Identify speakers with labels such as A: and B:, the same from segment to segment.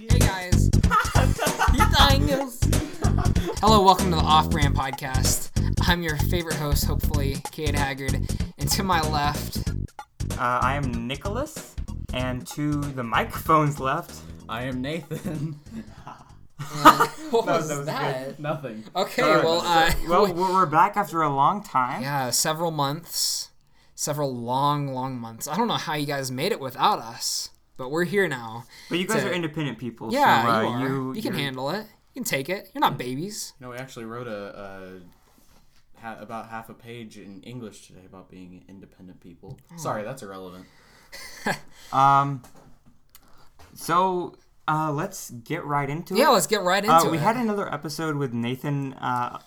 A: Hey guys. It's Angles. Hello, welcome to the Off Brand Podcast. I'm your favorite host, hopefully, Kate Haggard. And to my left,
B: Uh, I am Nicholas, and to the microphone's left.
C: I am Nathan.
A: uh, what
B: That-
A: was
B: that was
A: that?
C: Nothing.
A: Okay,
B: Sorry.
A: well, uh,
B: Well, we're we're back after a long time.
A: yeah, several months, several long, long months. I don't know how you guys made it without us, but we're here now.
B: But you guys
A: So-
B: are independent people.
A: Yeah,
B: so, uh,
A: you are. You, can
B: you're-
A: handle it. You can take it. You're not babies.
C: No, we actually wrote a, a ha- about half a page in English today about being independent people.
A: Oh.
C: Sorry, that's irrelevant.
B: Um. So uh, let's get right into
A: Yeah,
B: it.
A: let's get right into
B: Uh, we
A: it.
B: had another episode with Nathan uh,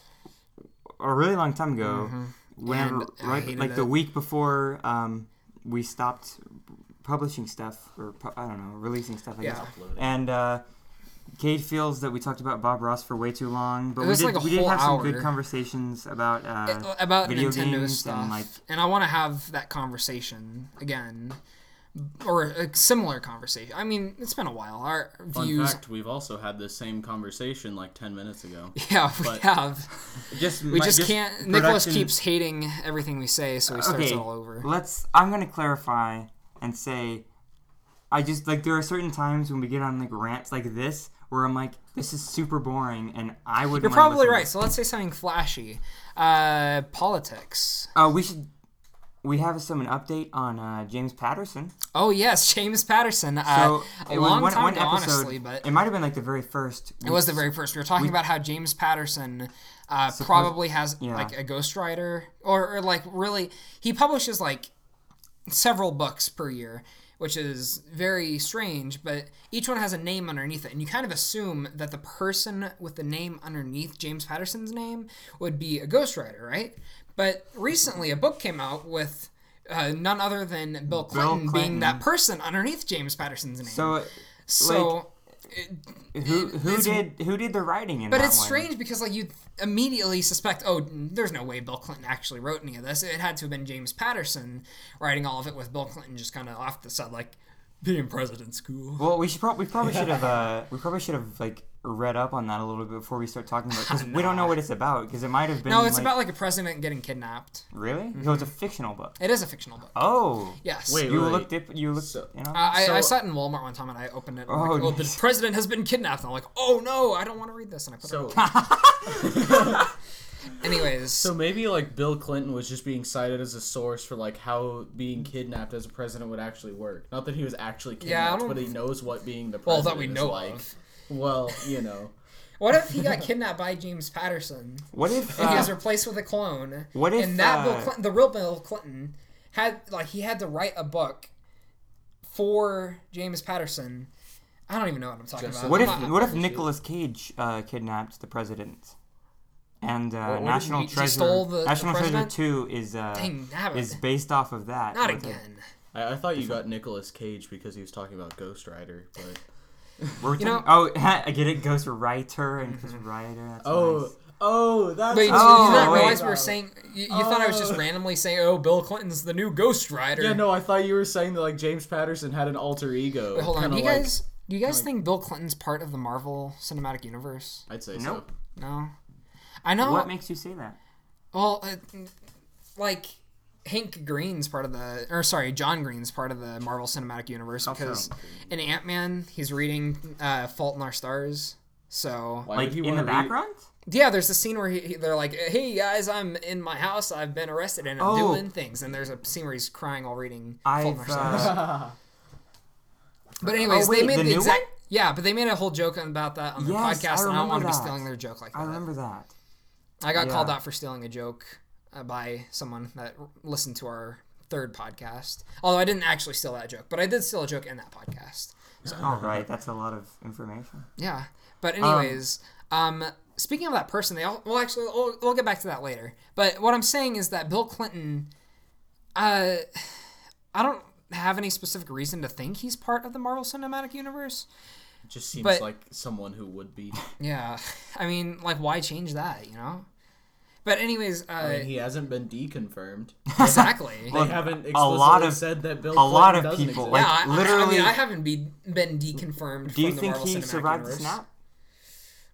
B: a really long time ago. Whenever,
A: Mm-hmm. And I
B: right,
A: hated
B: like the
A: it.
B: week before um, we stopped publishing stuff, or pu- I don't know, releasing stuff. I
A: Yeah.
B: guess.
C: Uploaded.
B: And uh, Cade feels that we talked about Bob Ross for way too long, but
A: It
B: we
A: was
B: did,
A: like a
B: we did
A: whole
B: have some good
A: hour.
B: conversations about uh,
A: about
B: video
A: Nintendo
B: games
A: stuff,
B: and
A: and,
B: like
A: I want to have that conversation again, or a similar conversation. I mean, it's been a while. Our
C: Fun
A: views,
C: fact: We've also had this same conversation like ten minutes ago.
A: yeah, we
C: but-
A: have.
B: just
A: We just can't. Nicholas keeps hating everything we say, so he starts
B: okay.
A: all over.
B: Let's. I'm gonna clarify and say, I just like there are certain times when we get on like rants like this where I'm like, this is super boring, and I would.
A: You're probably right. So let's say something flashy. Uh, politics.
B: Uh, we should. We have some an update on uh, James Patterson.
A: Oh yes, James Patterson. Uh,
B: So
A: a
B: it was
A: long
B: one-
A: time
B: one
A: ago,
B: episode-
A: honestly, but
B: it might have been like the very first.
A: It was the very first. We were talking about how James Patterson uh, probably has
B: yeah.
A: like a ghostwriter, or, or like really, he publishes like several books per year, which is very strange. But each one has a name underneath it, and you kind of assume that the person with the name underneath James Patterson's name would be a ghostwriter, right? But recently, a book came out with. Uh, none other than Bill Clinton, being
B: Clinton.
A: that person underneath James Patterson's name. So,
B: So who who did who did the writing in
A: But
B: that
A: it's
B: one?
A: strange because like you immediately suspect, oh, there's no way Bill Clinton actually wrote any of this. It had to have been James Patterson writing all of it with Bill Clinton just kind of off the side, like being president's cool.
B: Well, we should probably we probably should have uh, we probably should have like read up on that a little bit before we start talking about because we don't know what it's about because it might have been
A: no, it's
B: like-
A: about like a president getting kidnapped.
B: really no
A: Mm-hmm.
B: it's a fictional book
A: It is a fictional book.
B: oh
A: Yes.
C: Wait,
B: you
C: wait.
B: looked dip, you looked
C: So-
B: you know
A: Uh, I, I
C: So-
A: saw it in Walmart one time and I opened it. And I'm
B: Oh,
A: like, oh,
B: nice.
A: the president has been kidnapped. And I'm like, oh no, I don't want to read this. And I put
C: So,
A: it. Anyways,
C: so maybe like Bill Clinton was just being cited as a source for like how being kidnapped as a president would actually work. Not that he was actually
A: Yeah, I
C: kidnapped,
A: don't-
C: but he knows what being the
A: well,
C: president
A: that we
C: is
A: know
C: like.
A: of.
C: Well, you know.
A: What if he got kidnapped by James Patterson?
B: what if
A: and he was
B: uh,
A: replaced with a clone.
B: What if,
A: and that Bill
B: uh,
A: Clinton, the real Bill Clinton, had like he had to write a book for James Patterson. I don't even know what I'm talking
C: Just-
A: about.
B: what if
A: I'm not-
B: what if Nicolas Cage uh, kidnapped the president and uh,
C: what did
B: National
A: he- he
B: Treasure
A: stole the- the
B: National Treasure
A: president?
B: Two is uh,
A: Dang, nabbit.
B: is based off of that
A: not
B: with it.
A: again?
C: I, I thought you got Nicolas Cage because he was talking about Ghost Rider, but
B: We're
A: You know- Mm-hmm.
B: talking- oh I get it Ghost Writer and Ghost Rider that's nice.
C: Oh, oh, that's.
A: But you,
B: Oh,
A: you did not realize
B: wait.
A: we were saying. You, you thought I was just
C: Oh.
A: randomly saying, "Oh, Bill Clinton's the new Ghost Rider."
C: Yeah, no, I thought you were saying that like James Patterson had an alter ego.
A: Wait, hold on,
C: kinda
A: you
C: like-
A: guys. Do you guys think Bill Clinton's part of the Marvel Cinematic Universe?
C: I'd say
B: Nope.
C: so.
A: No, I know.
B: What makes you say that?
A: Well, it, like Hank Green's part of the, or sorry, John Green's part of the Marvel Cinematic Universe because in Ant Man he's reading uh, Fault in Our Stars. So
C: Why
B: Like
C: would he
B: in the
C: wanna read-
B: background?
A: yeah, there's a scene where he, he- they're like, "Hey guys, I'm in my house. I've been arrested and I'm
B: Oh.
A: doing things." And there's a scene where he's crying while reading Fault in Our
B: I've, uh,
A: Stars.
C: Ah,
A: But anyways,
B: oh,
A: they
B: wait,
A: made
B: the
A: the,
B: new
A: exact
B: one?
A: yeah, but they made a whole joke about that on their
B: Yes, I
A: podcast, and I don't want to
B: remember
A: be
B: that.
A: stealing their joke like that.
B: I remember that.
A: I got
B: Yeah.
A: called out for stealing a joke uh, by someone that r- listened to our third podcast. Although I didn't actually steal that joke, but I did steal a joke in that podcast.
B: All right, that's a lot of information.
A: Yeah. But anyways, um, speaking of that person, they all well actually we'll, we'll get back to that later. But what I'm saying is that Bill Clinton, uh, I don't have any specific reason to think he's part of the Marvel Cinematic Universe.
C: it just seems
A: But-
C: like someone who would be.
A: Yeah, I mean, like, why change that? You know, But anyways, uh,
C: I mean, he hasn't been deconfirmed.
A: exactly.
C: They
B: Look,
C: haven't explicitly
B: a lot of-
C: said that Bill
B: a lot
C: Clinton
B: of
C: doesn't
B: people,
C: exist.
B: like,
A: yeah, I- I, I,
B: literally-
A: mean, I haven't be, been deconfirmed.
B: Do you
A: from the
B: think
A: Marvel
B: he
A: Cinematic
B: survived the
A: Universe.
B: snap?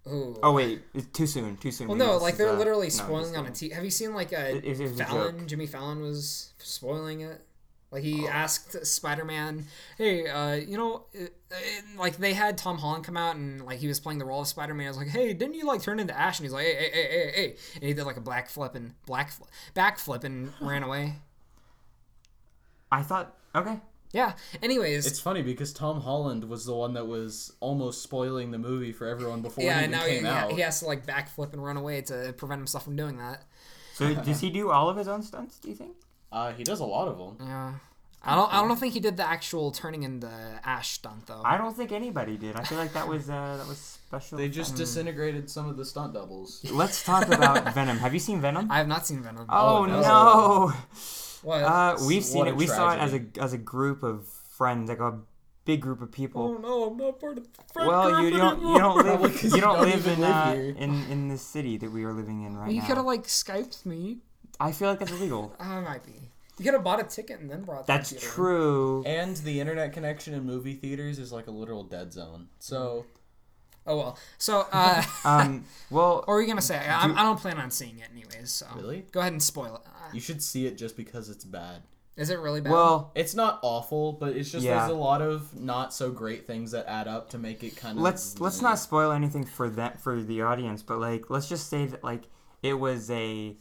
A: Ooh.
B: Oh wait, it's too soon. Too soon.
A: Well,
B: We
A: no,
B: missed
A: like they're
B: the-
A: literally
B: no,
A: spoiling
B: just
A: on a
B: kidding.
A: T. Have you seen like uh,
B: It- it was a
A: Fallon?
B: joke.
A: Jimmy Fallon was spoiling it. Like he
B: Oh.
A: asked Spider Man, "Hey, uh, you know, it, it, like they had Tom Holland come out and like he was playing the role of Spider Man. I was like, hey, didn't you like turn into Ash? And he's like, hey, hey, hey, hey, hey, and he did like a black flip and black fl- back flip and ran away.
B: I thought okay.
A: Yeah. Anyways,
C: It's funny because Tom Holland was the one that was almost spoiling the movie for everyone before
A: yeah,
C: it
A: and
C: even
A: now he,
C: came out.
A: he, he has to like back flip and run away to prevent himself from doing that.
B: So does he do all of his own stunts? Do you think?
C: Uh, he does a lot of them.
A: Yeah. I don't. I don't think he did the actual turning into Ash stunt though.
B: I don't think anybody did. I feel like that was uh, that was special.
C: They just
B: effects.
C: disintegrated some of the stunt doubles.
B: Let's talk about Venom. Have you seen Venom?
A: I have not seen Venom.
B: Oh,
C: Oh, no.
B: no!
A: What?
B: Uh, we've seen
C: What a
B: it. We saw it as a as a group of friends, like a big group of people.
A: no, I'm Oh, not part of the friend
B: well, you don't you don't
C: Probably
B: live
C: 'cause
B: you
C: you
B: don't,
C: don't
B: live
C: even
B: in
C: live
B: uh,
C: here.
B: in in the city that we are living in right
A: You could
B: now.
A: have like Skyped me.
B: I feel like that's illegal.
A: I might be. You could have bought a ticket and then brought. the
B: That's
A: computer.
B: true.
C: And the internet connection in movie theaters is like a literal dead zone. So
A: Oh well. So, uh,
B: Um, well,
A: what were you gonna say? I, I'm- I don't plan on seeing it anyways. So
C: Really?
A: go ahead and spoil it. Uh,
C: you should see it just because it's bad.
A: Is it really bad?
B: well,
C: It's not awful, but it's just
B: Yeah.
C: there's a lot of not so great things that add up to make it kind of.
B: let's let's not spoil anything for that for the audience, but like let's just say that like it was a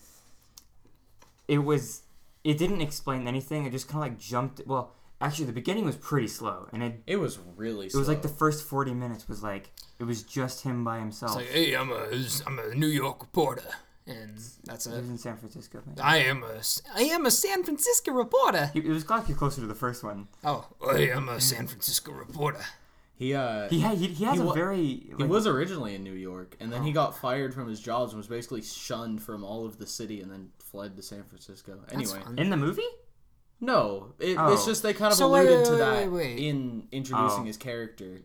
B: it was it didn't explain anything. It just kind of like jumped. Well, actually, the beginning was pretty slow, and it
C: It was really.
B: it was like the first forty minutes was like it was just him by himself.
A: It's like, hey, I'm a, I'm a New York reporter, and that's
B: He
A: it.
B: was in San Francisco. maybe.
A: I am a, S- I am a San Francisco reporter.
B: It was glad you're closer to the first one.
A: Oh, I am a San Francisco reporter.
C: he uh
B: He had, he, he has
C: He
B: a
C: wa-
B: very
C: He
B: like,
C: was originally in New York, and then he got fired from his jobs and was basically shunned from all of the city, and then fled to San Francisco.
A: That's
C: Anyway,
A: fun.
B: in the movie.
C: no, it,
B: Oh.
C: it's just they kind of
A: So wait,
C: alluded
A: wait,
C: to
A: wait,
C: that
A: wait, wait.
C: in introducing
B: Oh.
C: his character,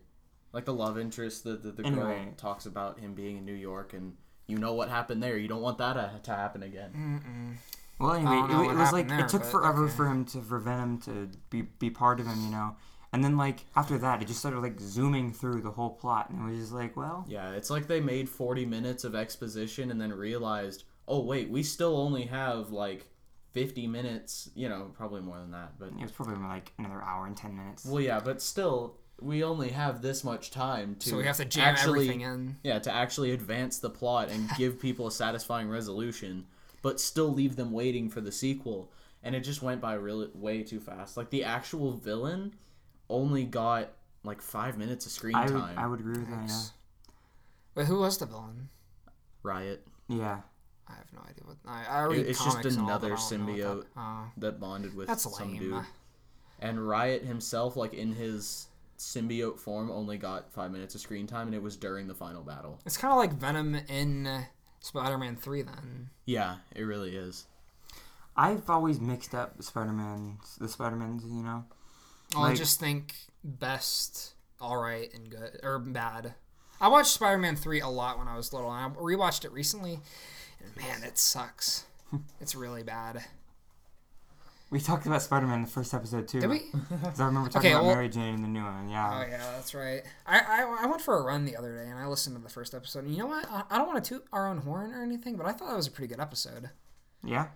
C: like the love interest that the, the girl
B: Anyway.
C: talks about him being in New York, and you know what happened there. You don't want that uh, to happen again.
B: Well, anyway,
A: don't know
B: it,
A: what
B: it was like
A: happened there,
B: it took
A: but
B: forever
A: okay.
B: for him to for Venom to be be part of him, you know. And then like after that, it just started like zooming through the whole plot, and it was just like, well,
C: Yeah, it's like they made forty minutes of exposition and then realized, oh wait, we still only have like fifty minutes. You know, probably more than that, but
B: it was probably like another hour and ten minutes.
C: Well, yeah, but still, we only have this much time to.
A: So we have to jam
C: actually,
A: everything in.
C: Yeah, to actually advance the plot and give people a satisfying resolution, but still leave them waiting for the sequel. And it just went by really way too fast. Like the actual villain only got like five minutes of screen
B: I would,
C: time.
B: I would agree with that.
A: Thanks. Wait, who was the villain?
C: Riot
B: Yeah. yeah.
A: I have no idea what. I, I read
C: It- it's just
A: comics and all, but I
C: another
A: don't know what that- Oh,
C: that bonded with
A: that's
C: some
A: lame.
C: dude, and Riot himself, like in his symbiote form, only got five minutes of screen time, and it was during the final battle.
A: It's kind of like Venom in uh, Spider-Man Three. Then
C: Yeah, it really is.
B: I've always mixed up Spider-Man, the Spider-Mans, you know.
A: I'll
B: Like-
A: Oh, just think best, all right, and good or bad. I watched Spider-Man Three a lot when I was little, and I rewatched it recently. And man, it sucks. it's really bad.
B: We talked about Spider-Man in the first episode too.
A: Did we?
B: 'Cause I remember talking
A: Okay,
B: about
A: well-
B: Mary Jane in the new one. Yeah.
A: Oh yeah, that's right. I, I I went for a run the other day, and I listened to the first episode. And you know what? I, I don't want to toot our own horn or anything, but I thought that was a pretty good episode.
B: Yeah.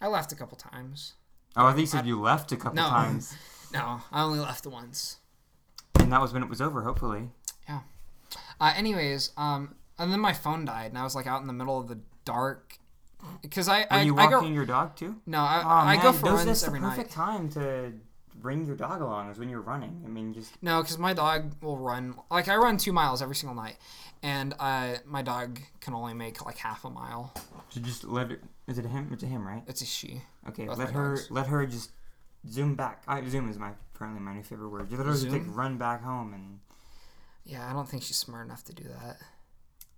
A: I laughed a couple times.
B: Oh, I think you said you left a couple
A: No.
B: times,
A: No, I only left once.
B: and that was when it was over. Hopefully.
A: Yeah. Uh, anyways, um, and then my phone died, and I was like out in the middle of the dark, because I
B: Were
A: I,
B: you
A: I
B: walking
A: go
B: your dog too?
A: no I,
B: Oh,
A: I
B: man,
A: go for
B: those-
A: runs
B: that's
A: every
B: the
A: night.
B: perfect time to bring your dog along is when you're running. I mean, just
A: No, because my dog will run like I run two miles every single night, and uh, my dog can only make like half a mile.
B: to just let it. Is it a him? It's a him, right?
A: It's a she.
B: Okay,
A: Both
B: let
A: my
B: her.
A: dogs.
B: Let her just zoom back. I, zoom is my apparently my new favorite word. Just Let her just like
A: Zoom?
B: run back home, and
A: Yeah, I don't think she's smart enough to do that.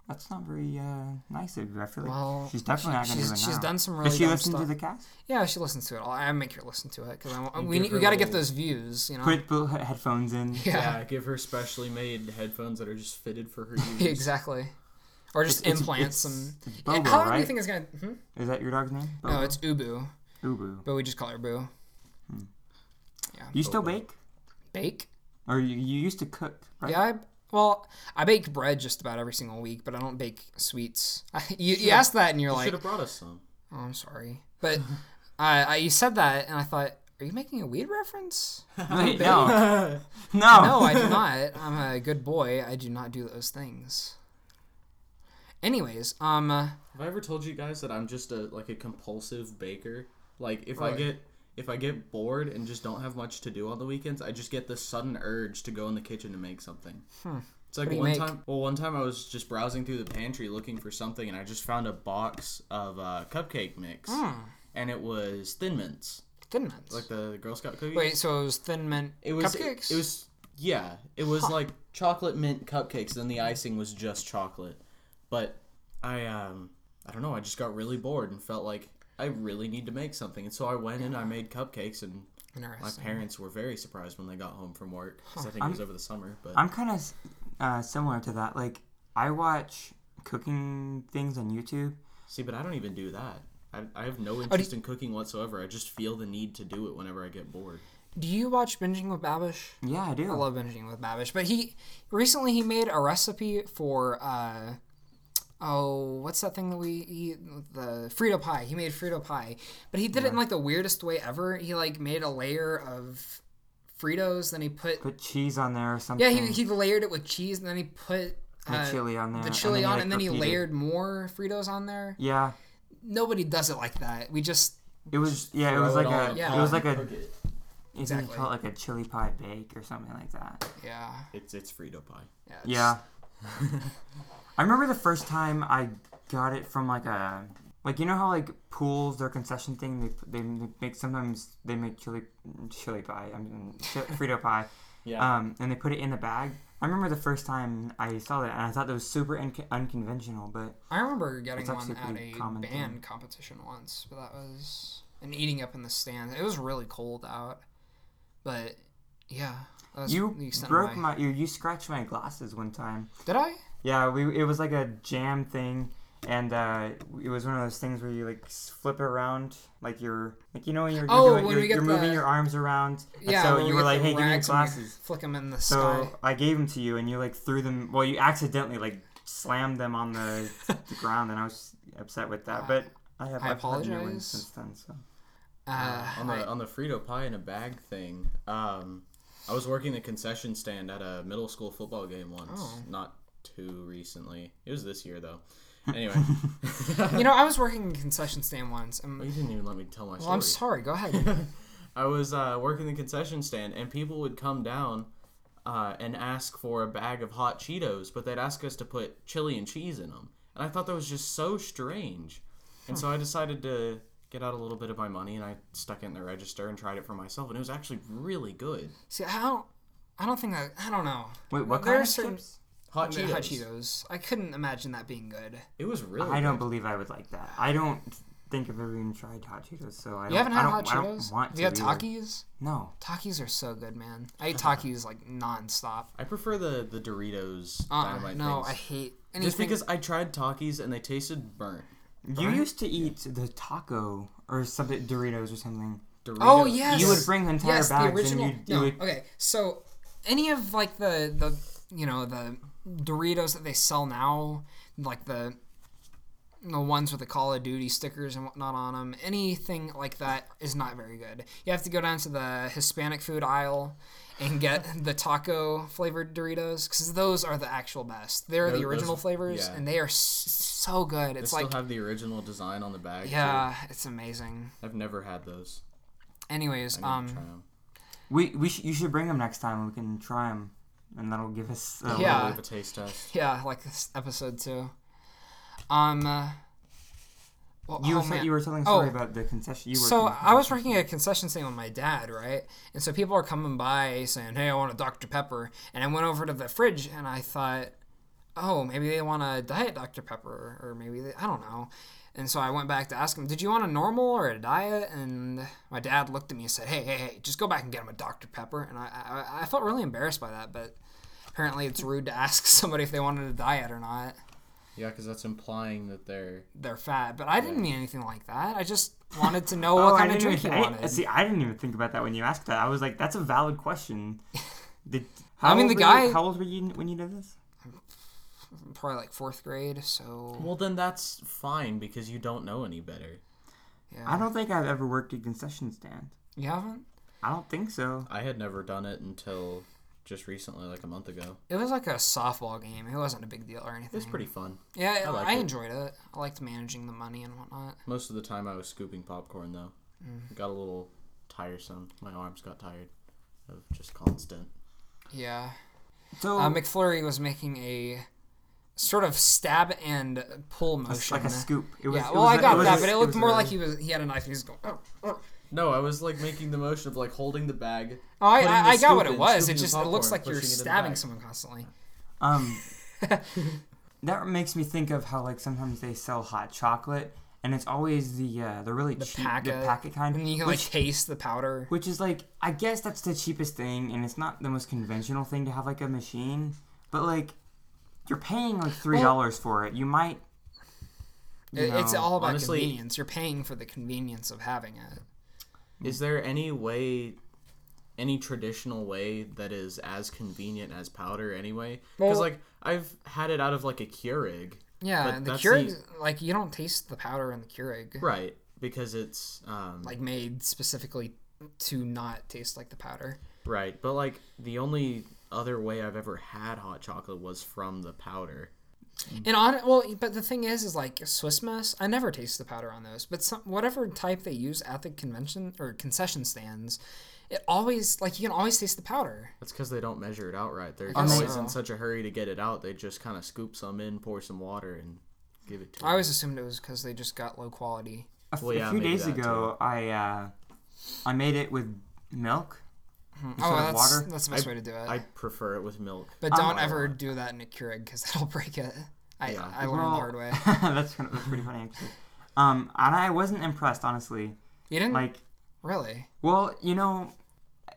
B: that's not very uh, nice of you. I feel like
A: Well,
B: she's definitely not going to
A: she's-
B: do it
A: she's
B: now.
A: done some really
B: Does she
A: dumb
B: listen to
A: stuff.
B: the cast?
A: Yeah, she listens to it. I I make her listen to it because we
C: give
A: need,
C: her
A: we
C: a
A: got to get
C: little-
A: those views, you know.
B: Put, put he- headphones in.
A: yeah.
C: Yeah, give her specially made headphones that are just fitted for her ears.
A: exactly. or just
B: It's- it's-
A: implants.
B: it's
A: and
B: Bobo,
A: how long do you
B: right?
A: think it's gonna? Hmm?
B: Is that your dog's name?
A: No,
B: Bobo?
A: it's Ubu,
B: Ubu.
A: but we just call her Boo.
B: You still bake?
A: Bake?
B: Or you, you used to cook, right?
A: Yeah. I, well, I bake bread just about every single week, but I don't bake sweets. you, you asked that, and you're like,
C: Should have brought us some.
A: "Oh, I'm sorry," but I, I you said that, and I thought, "Are you making a weed reference?"
B: Wait, no. No.
A: No, I do not. I'm a good boy. I do not do those things. Anyways, um, uh,
C: Have I ever told you guys that I'm just a like a compulsive baker? Like if I
A: Really?
C: get if I get bored and just don't have much to do on the weekends, I just get this sudden urge to go in the kitchen and make something. It's like
A: Hmm. do you
C: one
A: make?
C: time. Well, one time I was just browsing through the pantry looking for something, and I just found a box of uh, cupcake mix,
A: Hmm.
C: and it was Thin Mints,
A: Thin Mints.
C: like the Girl Scout cookies.
A: Wait, so it was Thin Mint
C: it was
A: cupcakes?
C: It, was yeah, it was like chocolate mint cupcakes. Then the icing was just chocolate. But I um I don't know. I just got really bored and felt like I really need to make something, and so I went and I made cupcakes. And my
A: Interesting.
C: parents were very surprised when they got home from work 'cause I think it was over the summer. But
B: I'm kind of uh, similar to that. Like, I watch cooking things on YouTube.
C: see, but I don't even do that. I, I have
B: Oh,
C: no interest in cooking whatsoever. I just feel the need to do it whenever I get bored.
A: Do you watch Binging with Babish?
B: Yeah, I do.
A: I love binging with Babish, but he recently he made a recipe for uh oh what's that thing that we eat the Frito pie. He made Frito pie, but he did it in like the weirdest way ever. He like made a layer of Fritos, then he put
B: Put cheese on there or something.
A: yeah he, he layered it with cheese, and then he put
B: and
A: uh,
B: chili on there.
A: the chili on, it,
B: like,
A: and then he
B: repeat it.
A: layered more Fritos on there.
B: Yeah,
A: Nobody does it like that. We just
B: it was. Yeah, it
C: Throw
B: was like
C: all in
B: a.
A: Yeah.
B: It was like
C: pot and
B: a.
C: cook it.
B: You can
A: Exactly.
B: call it like a chili pie bake or something like that.
A: yeah
C: It's it's Frito pie.
A: yeah it's-
B: Yeah. I remember the first time I got it from like a like you know how like pools their concession thing they they make sometimes they make chili chili pie I mean chi- Frito pie
C: Yeah.
B: um and they put it in the bag. I remember the first time I saw that and I thought that was super inc unconventional, but
A: I remember getting
B: It's
A: one
B: actually a
A: at
B: pretty
A: a
B: common
A: band
B: thing.
A: competition once, but that was and eating up in the stands. It was really cold out, but yeah, that was
B: you
A: the extent of
B: broke my you you scratched my glasses one time.
A: Did I?
B: Yeah, we it was like a jam thing, and uh, it was one of those things where you like s- flip it around, like you're like you know when you're, you're,
A: Oh,
B: doing,
A: when
B: you're,
A: we get
B: you're moving
A: the-
B: your arms around. and
A: Yeah.
B: so
A: when
B: you
A: we
B: were
A: get
B: like,
A: the
B: hey, give me your
A: rags and we
B: glasses.
A: Flick them in the
B: So
A: sky.
B: I gave them to you, and you like threw them. Well, you accidentally like slammed them on the, the ground, and I was upset with that. But I
A: I
B: have I've had new
A: apologize.
B: ones since then. So
A: Uh,
C: on the
A: I-
C: on the Frito pie in a bag thing. Um, I was working the concession stand at a middle school football game once,
A: Oh.
C: not too recently. It was this year though. Anyway,
A: you know, I was working in a concession stand once,
C: you
A: and
C: didn't even let me tell my story.
A: well, I'm sorry. Go ahead.
C: I was uh, working the concession stand, and people would come down uh, and ask for a bag of hot Cheetos, but they'd ask us to put chili and cheese in them. And I thought that was just so strange. And so I decided to get out a little bit of my money, and I stuck it in the register and tried it for myself, and it was actually really good.
A: See, I don't. I don't think that. I don't know.
B: wait, what
A: There
B: kind
A: are
B: of
A: certain-
B: chips?
C: Hot
A: I mean,
C: Cheetos.
A: Hot Cheetos. I couldn't imagine that being Oh, good.
C: It was really.
B: I don't
C: good.
B: believe I would like that. I don't think I've ever even tried hot Cheetos, so I don't.
A: You haven't
B: I
A: had
B: don't,
A: hot
B: I don't
A: Cheetos?
B: want
A: Have you had
B: to either.
A: Takis?
B: No.
A: Takis are so good, man. I eat Takis like nonstop.
C: I prefer the the Doritos
A: Uh,
C: dynamite
A: no,
C: things.
A: I hate anything.
C: Just because I tried Takis and they tasted burnt.
B: You used to eat the taco or something Doritos or something.
C: Doritos.
A: oh yes,
B: You would bring entire
A: yes,
B: bags and
A: the original.
B: you'd- you
A: no,
B: would-
A: okay. So any of like the the you know the Doritos that they sell now, like the the ones with the Call of Duty stickers and whatnot on them, anything like that is not very good. You have to go down to the Hispanic food aisle and get the taco flavored Doritos because those are the actual best. They're
C: Those-
A: the original
C: those-
A: flavors
C: yeah.
A: and they are s- so good. It's
C: Still
A: like
C: have the original design on the bag. too.
A: yeah, it's amazing.
C: I've never had those.
A: Anyways,
C: I need
A: um,
C: to try 'em.
B: We we sh- you should bring them next time and we can try them, and that'll give us uh, a
A: Yeah.
C: Little bit of a taste test.
A: Yeah, like this episode two. Um. Uh, well,
B: Little, you
A: oh,
B: were sa-
A: man.
B: you were telling a story
A: Oh.
B: about the concession. You were
A: so I was working at a concession stand with my dad, right? And so people are coming by saying, "Hey, I want a Dr Pepper," and I went over to the fridge and I thought, "Oh, maybe they want a diet Dr Pepper, or maybe they, I don't know." And so I went back to ask him, "Did you want a normal or a diet?" And my dad looked at me and said, "Hey, hey, hey, just go back and get him a Dr Pepper." And I, I, I felt really embarrassed by that, but apparently it's rude to ask somebody if they wanted a diet or not.
C: Yeah, because that's implying that they're.
A: They're fat, but I didn't mean anything like that. I just wanted to know
B: Oh, I
A: what kind of
B: didn't
A: drink you
B: even- I didn't-
A: wanted.
B: see, I didn't even think about that when you asked that. I was like, that's a valid question. Did, how
A: I mean,
B: old
A: the
B: were
A: guy-
B: You, how old were you when you did this?
A: Probably like fourth grade, so
C: Well, then that's fine because you don't know any better.
A: yeah.
B: I don't think I've ever worked a concession stand.
A: you haven't.
B: I don't think so.
C: I had never done it until just recently, like a month ago.
A: It was like a softball game. It wasn't a big deal or anything.
C: It was pretty fun.
A: Yeah, I,
C: I liked it.
A: enjoyed it. I liked managing the money and whatnot.
C: Most of the time, I was scooping popcorn though.
A: Mm.
C: Got a little tiresome. My arms got tired of just constant.
A: Yeah.
B: So
A: Uh, McFlurry was making a sort of stab and pull
B: it's
A: motion.
B: like a scoop. It was,
A: yeah,
B: it
A: well,
B: was
A: I
B: a-
A: got
B: was
A: that,
B: a-
A: but it looked
B: was
A: more
B: a-
A: like he was he had a knife and he was going. Oh, oh.
C: No, I was like making the motion of like holding the bag.
A: Oh, I,
C: putting
A: I,
C: the
A: I got what
C: scoop
A: it
C: in,
A: was. It
C: scooping the
A: just it looks
C: popcorn,
A: like you're
C: pushing it in the
A: stabbing
C: bag.
A: someone constantly.
B: Um, that makes me think of how like sometimes they sell hot chocolate, and it's always the uh, the really cheap
A: packet.
B: the packet kind,
A: And you can like
B: which,
A: taste the powder.
B: which is like I guess that's the cheapest thing, and it's not the most conventional thing to have like a machine, but like you're paying like three dollars for it. You might. you
A: It- it's
B: know,
A: all about
C: honestly-
A: convenience. You're paying for the convenience of having it.
C: Is there any way, any traditional way that is as convenient as powder anyway? Because
A: Well-
C: like I've had it out of like a Keurig,
A: Yeah,
C: But
A: the
C: that's
A: Keurig, like you don't taste the powder in the Keurig,
C: right? Because it's um,
A: like made specifically to not taste like the powder.
C: right, but like the only other way I've ever had hot chocolate was from the powder. Mm.
A: And on well, but the thing is, is like Swiss mess. I never taste the powder on those, but some, whatever type they use at the convention or concession stands, it always like you can always taste the powder.
C: That's because they don't measure it out right. They're
A: I guess
C: always
A: so.
C: in such a hurry to get it out. They just kind of scoop some in, pour some water, and give it to.
A: I
C: you.
A: always assumed it was because they just got low quality.
B: A, f-
C: Well,
B: a
C: yeah,
B: few
C: maybe
B: days
C: that
B: ago, I uh, I made it with milk instead
A: oh,
B: of
A: that's
B: water.
A: that's the best way to do it.
C: I prefer it with milk.
A: but don't
C: I
A: ever do that in a Keurig because that'll break it. I
C: Yeah.
A: I learned
B: Well-
A: the hard way.
B: that's kind of, that's pretty funny actually. Um, and I wasn't impressed honestly.
A: You didn't
B: Like
A: really.
B: Well, you know,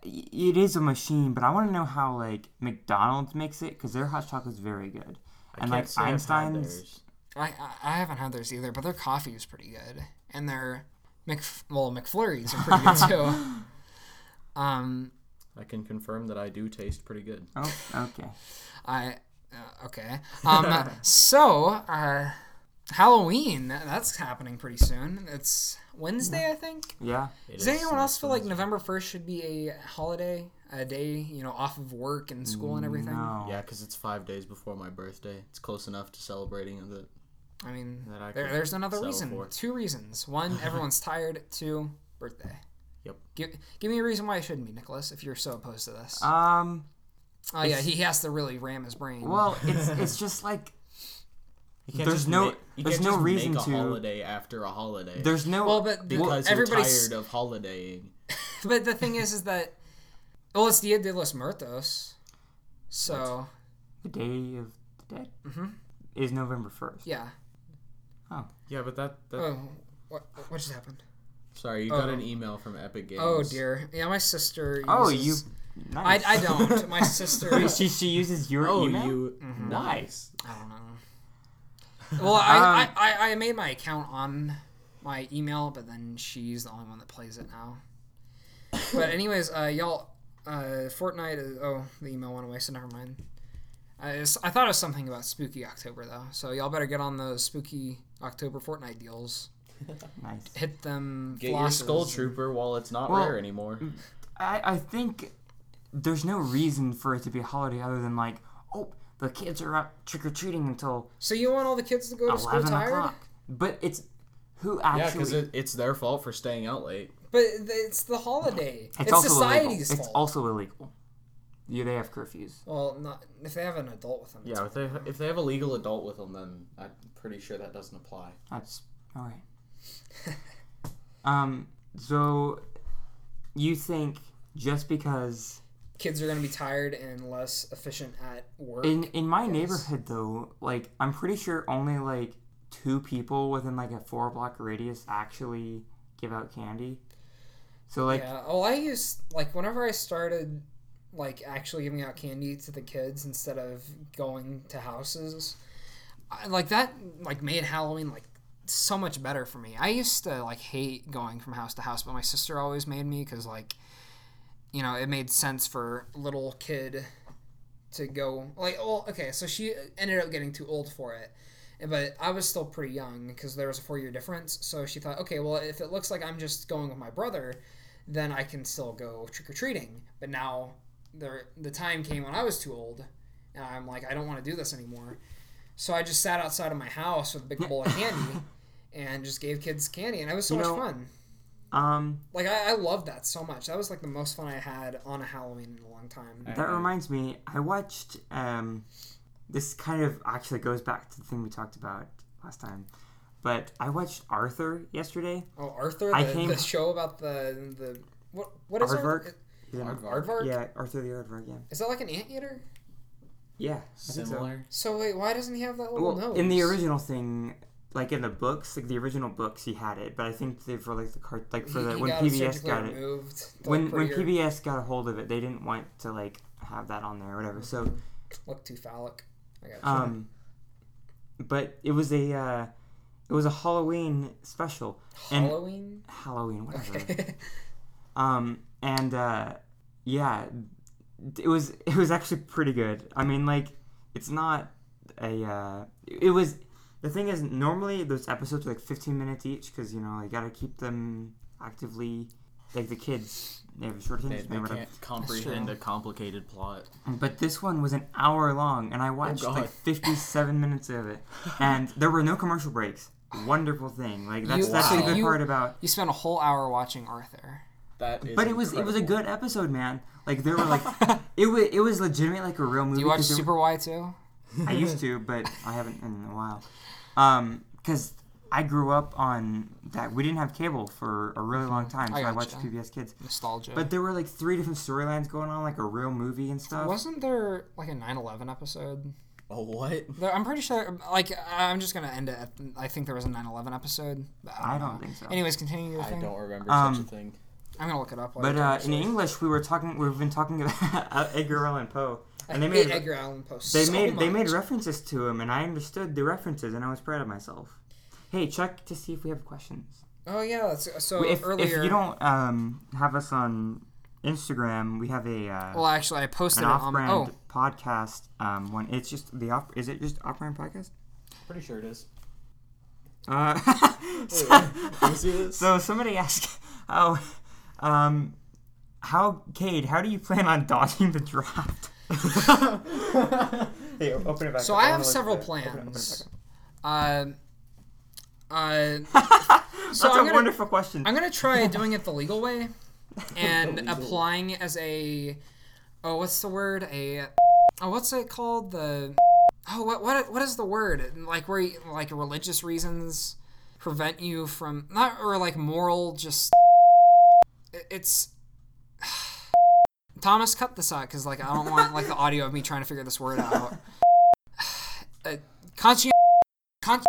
B: y- it is a machine, but I want to know how like McDonald's makes it because their hot chocolate's very good, and like
C: Can't say I've had
B: Einstein's.
C: theirs.
A: I, I- I haven't had theirs either, but their coffee is pretty good, and their Mc well McFlurries are pretty good too. Um,
C: I can confirm that I do taste pretty good.
B: Oh, okay.
A: I uh, okay. Um, so uh, Halloween that's happening pretty soon. It's Wednesday, I think.
B: Yeah.
C: It
A: Does
C: is
A: anyone else feel like
C: something-
A: November first should be a holiday, a day you know off of work and school and everything?
B: No.
C: Yeah, because it's five days before my birthday. It's close enough to celebrating that.
A: I mean,
C: That I
A: there,
C: could
A: there's another
C: settle
A: reason.
C: for.
A: Two reasons. One, everyone's tired. Two, birthday.
C: Yep.
A: Give, give me a reason why it shouldn't be, Nicholas, if you're so opposed to this.
C: Uh,
B: Um.
A: oh, yeah, he has to really ram his brain.
B: Well, it's it's just like
C: You can't
B: There's
C: just
B: no-
C: ma- you
B: there's
C: can't
B: no
C: just
B: reason
C: make a
B: to-
C: holiday after a holiday.
B: there's no.
A: Well, but the-
C: because
A: everybody's.
C: you're tired of holidaying.
A: But the thing is, is that. Well, it's Dia de los Muertos. So,
B: the Day of the Dead
A: Mm-hmm.
B: is November first.
A: yeah.
C: Yeah, but that. that
A: Oh, what, what just happened?
C: sorry, you got
A: oh.
C: an email from Epic Games.
A: Oh, dear. Yeah, my sister.
B: Oh, you.
A: uses- I,
B: Nice.
A: I don't. My sister. I
B: Wait, she she uses your
C: Oh,
B: email.
C: you
A: Mm-hmm.
C: nice.
A: don't know. Well,
C: Um,
A: I, I, I, I made my account on my email, but then she's the only one that plays it now. But, anyways, uh, y'all. Uh, Fortnite is. Oh, the email went away, so never mind. I, s- I thought it was something about spooky October though, so y'all better get on those spooky October Fortnite deals.
B: Nice.
A: Hit them.
C: Get your Skull
A: flosses.
C: Trooper while it's not
B: Well, mm,
C: rare anymore.
B: I, I think there's no reason for it to be a holiday other than like, oh, the kids are out trick or treating until
A: So you want all the kids to go to school
B: eleven
A: tired?
B: o'clock. But it's who
C: Yeah,
B: actually.
C: because it, it's their fault for staying out late.
A: But th- it's the holiday. It's,
B: it's, also illegal.
A: society's
B: It's
A: fault.
B: also illegal. Yeah, they have curfews.
A: well, not if they have an adult with them. it's
C: Yeah, if they if they have a legal adult with them, then I'm pretty sure that doesn't apply.
B: That's all right. um. So, you think just because
A: kids are going to be tired and less efficient at work.
B: in in my neighborhood though, like I'm pretty sure only like two people within like a four block radius actually give out candy. So like
A: yeah. Well, I used like whenever I started like actually giving out candy to the kids instead of going to houses. I- like that like made Halloween like so much better for me. I used to like hate going from house to house, but my sister always made me because like you know it made sense for little kid to go like oh okay so she ended up getting too old for it but i was still pretty young because there was a four year difference so she thought okay well if it looks like i'm just going with my brother then i can still go trick-or-treating but now the, the time came when i was too old and i'm like i don't want to do this anymore so i just sat outside of my house with a big bowl of candy and just gave kids candy and it was so
B: You
A: much
B: know-
A: fun
B: Um,
A: like I, I loved that so much that was like the most fun i had on a halloween in a long time
B: that reminds me, I watched. Um, this kind of actually goes back to the thing we talked about last time, but I watched Arthur yesterday.
A: Oh, Arthur,
B: I
A: the,
B: came-
A: the show about the the what what is
B: Aardvark?
A: Arthur?
B: You know?
C: Aardvark?
A: Aardvark?
B: Um, Yeah, Arthur the Aardvark. Yeah,
A: Is that like an anteater?
B: yeah, I think so.
C: Similar.
A: So wait, why doesn't he have that little
B: Well,
A: nose?
B: in the original thing, like in the books, like the original books, he had it, but I think they, for like the cart, like for
A: He-
B: the
A: he
B: when
A: got
B: PBS
A: surgically
B: got it,
A: removed, to
B: when
A: look
B: when
A: prettier,
B: PBS got a hold of it, they didn't want to like have that on there or whatever. So,
A: looked too phallic. I got
B: um, but it was a uh, it was a Halloween special, and
A: Halloween.
B: Halloween whatever.
A: Okay.
B: Um, and uh, yeah, it was it was actually pretty good. I mean, like it's not a uh, it was the thing is normally those episodes are like 15 minutes each because you know you gotta keep them actively like the kids they have a short
C: They,
B: attention
C: they
B: span, whatever.
C: can't comprehend a complicated plot.
B: But this one was an hour long, and I
A: Oh,
B: watched like
C: God.
B: 57 minutes of it, and there were no commercial breaks. Wonderful thing. Like that's
A: You-
B: that's the
A: Wow.
B: good
A: you-
B: part about
A: you spent a whole hour watching Arthur.
C: That is
B: But it was it was a
C: incredible.
B: good episode, man. Like there were like it was it was legitimate like a real movie.
A: You watched
B: 'cause there-
A: Super Y too.
B: I used to, but I haven't in a while. Um, because I grew up on that. We didn't have cable for a really long time, so
A: Hmm. I
B: I, watched
A: gotcha.
B: PBS Kids.
A: Nostalgia.
B: But uh, there were like three different storylines going on, like a real movie and stuff.
A: wasn't there like a 9/11 episode?
C: A what?
A: There, I'm pretty sure. Like I'm just gonna end it. At, I think there was a 9/11 episode.
B: I
A: know.
B: don't think so.
A: Anyways, continue your
C: I
A: thing.
C: don't remember
B: Um,
C: such a thing.
A: I'm gonna look it up. while
B: But
A: you
B: uh,
A: talk,
B: in
A: so-
B: English, we were talking. We've been talking about Edgar Allan Poe, and
A: I
B: they
A: hate
B: made
A: Edgar Allan Poe.
B: they
A: so
B: made they made
A: much.
B: references to him, and I understood the references, and I was proud of myself. Hey, check to see if we have questions.
A: Oh yeah, that's, so
B: if,
A: earlier.
B: if you don't um, have us on Instagram, we have a uh,
A: well, actually, I posted
B: an
A: Oh, it on.
B: off-brand
A: Oh,
B: podcast. Um, one it's just the off. Is it just off-brand podcast?
C: Pretty sure it is.
B: Uh,
C: Can you see this?
B: so somebody asked how, um, how Cade, how do you plan on dodging the draft? Here, open it back
A: so I
B: up. wanna
A: have
B: look
A: several
B: at it. Open it up, open it
A: plans. Um, uh,
B: back up.
A: so
B: That's
A: I'm
B: a
A: gonna-
B: wonderful question.
A: I'm gonna try doing it the legal way, and
C: legal.
A: applying it as a, oh, what's the word? A, oh, what's it called? The, oh, what what what is the word? Like where you, like religious reasons prevent you from not or like moral just. it- It's. Thomas, cut this out because like I don't want like the audio of me trying to figure this word out. uh, conscien- con-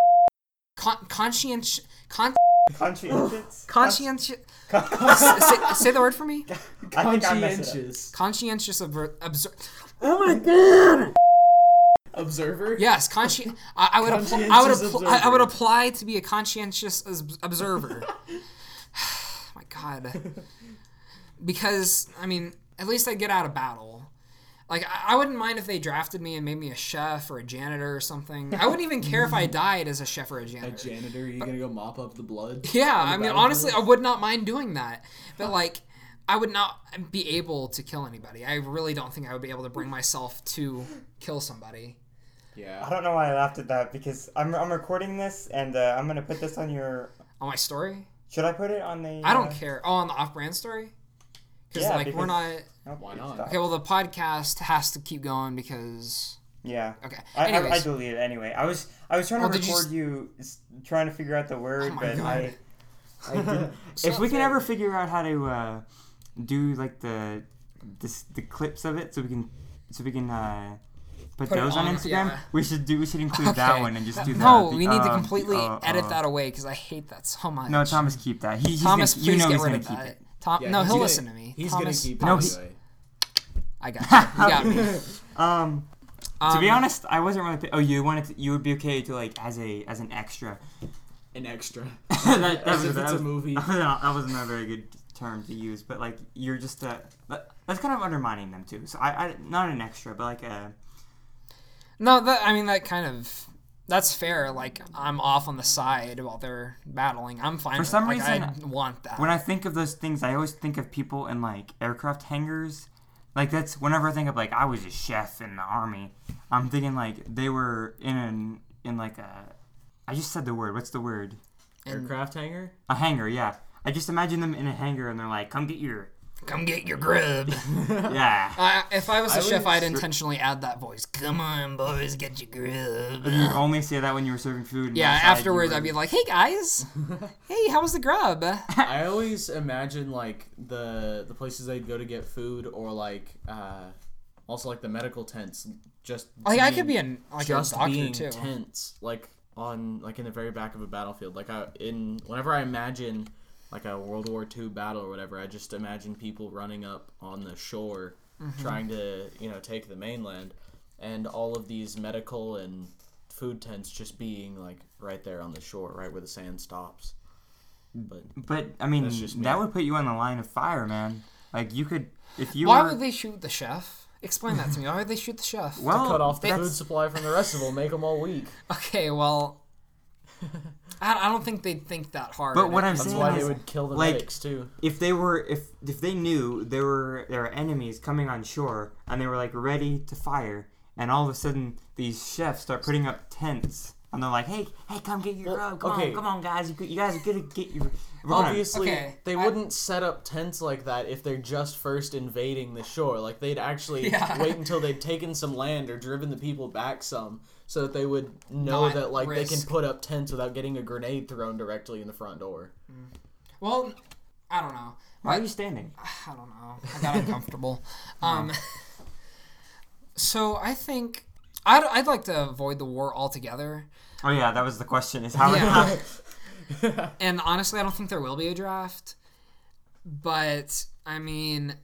A: con- conscientious. Con-
B: Conscientious.
A: conscientious. say, say the word for me.
B: I think I messed it up.
A: Conscientious
C: Conscientious
A: observer.
B: Oh my god!
C: observer.
A: yes, consci- I, I would. Appl- I would.
C: Conscientious
A: Appl- I, I would
C: observer.
A: apply to be a conscientious obs- observer. Oh my God. Because I mean, at least I get out of battle. Like I, I wouldn't mind if they drafted me and made me a chef or a janitor or something. I wouldn't even care if
C: Mm-hmm.
A: I died as a chef or a janitor.
C: A janitor, are you gonna go mop up the blood?
A: Yeah,
C: on the
A: I mean,
C: battlefield?
A: honestly, I would not mind doing that, but like, I would not be able to kill anybody. I really don't think I would be able to bring myself to kill somebody.
B: I
C: yeah.
B: don't know why I laughed at that because I'm, I'm recording this and uh, I'm gonna put this on your.
A: On my story,
B: Should I put it on the? uh,
A: I don't care. Oh, on the off-brand story, because
B: Yeah,
A: like we're
B: because-
A: not.
B: Why
C: not?
A: Okay, well, the podcast has to keep going because
B: Yeah.
A: okay.
B: I, I, I
A: Anyways,
B: deleted it anyway. I was I was trying
A: Well,
B: to
A: did you
B: record you, s trying to figure out the word,
A: Oh my
B: but
A: God.
B: I, I didn't. if
A: not
B: we can
A: fair.
B: ever figure out how to uh, do like the, the s- the clips of it, so we can so we can uh, put,
A: Put it
B: those on,
A: on,
B: Instagram,
A: yeah.
B: we should do we should include that
A: okay.
B: one and just do that.
A: No,
B: The,
A: we need to
B: um,
A: completely
B: uh,
A: edit
B: uh.
A: that away because I hate that so much.
B: No, Thomas, keep that. He, he's
A: Thomas,
B: gonna, you
A: please
B: know
A: get
B: he's
A: rid
B: gonna
A: of
B: keep
A: that.
B: it.
A: Tom,
C: Yeah,
A: no,
C: he's
A: he'll
C: gonna-
A: listen to me.
C: He's
A: Thomas,
C: gonna keep it
B: No, he-
C: anyway.
A: I got you. You got me.
B: Um, to be honest, I wasn't really. pi- Oh, you wanted to, you would be okay to like as a as an extra.
C: an extra.
B: that,
C: As if it's a movie.
B: That was Uh-huh. not, that was not a very good term to use, but like you're just a. that- That's kind of undermining them too. So I, I not an extra, but like uh, a.
A: No, that I mean that kind of that's fair. Like I'm off on the side while they're battling. I'm fine. For
B: some
A: like, I
B: reason,
A: want that.
B: When I think of those things, I always think of people in like aircraft hangars. Like that's whenever I think of like I was a chef in the army. I'm thinking like they were in an in like a. I just said the word. What's the word?
C: Aircraft hangar?
B: A hangar. Yeah. I just imagine them in a hangar and they're like, "Come get your."
A: Come get your grub.
B: Yeah.
A: I, if I was a
C: I
A: chef,
C: would-
A: I'd intentionally add that voice. Come on, boys, get your grub.
B: You only say that when you were serving food. and
A: Yeah,
B: outside you
A: afterwards
B: were-
A: I'd be like, "Hey guys, hey, how was the grub?"
C: I always imagine like the the places they'd go to get food or like uh also like the medical tents just
A: Like I
C: being-
A: could be an like
C: just
A: a doctor
C: being
A: too.
C: tense, like on like in the very back of a battlefield. Like I in whenever I imagine like a World War II battle or whatever, I just imagine people running up on the shore
A: Mm-hmm.
C: trying to you know take the mainland, and all of these medical and food tents just being like right there on the shore, right where the sand stops. But
B: But I mean,
C: That's just me.
B: that would put you on the line of fire, man. Like you could, if you
A: Why
B: were,
A: would they shoot the chef? Explain that to me. Why would they shoot the chef?
B: well,
C: cut off the food
B: Oh, that's-
C: supply from the rest of them, make them all weak.
A: Okay, well, I, I don't think they'd think that hard.
B: But what I'm
C: That's
B: saying
C: why they
B: is,
C: would kill the
B: like,
C: medics too.
B: if they were, if if they knew there were there were enemies coming on shore and they were like ready to fire, and all of a sudden these chefs start putting up tents. And they're like, "Hey, hey, come get your grub! Come
C: okay.
B: on, come on, guys! You, g- you guys are gonna get your." we're gonna-"
C: Obviously,
A: Okay,
C: they
A: I-
C: wouldn't set up tents like that if they're just first invading the shore. Like they'd actually
A: Yeah.
C: wait until they'd taken some land or driven the people back some, so that they would know
A: Not
C: that like they can
A: risk.
C: put up tents without getting a grenade thrown directly in the front door.
A: Well, I don't know.
B: Why are you standing?
A: I don't know. I got uncomfortable. um, so I think I'd, I'd like to avoid the war altogether.
B: Oh yeah, that was the question. Is how?
A: Yeah. and honestly, I don't think there will be a draft. But I mean,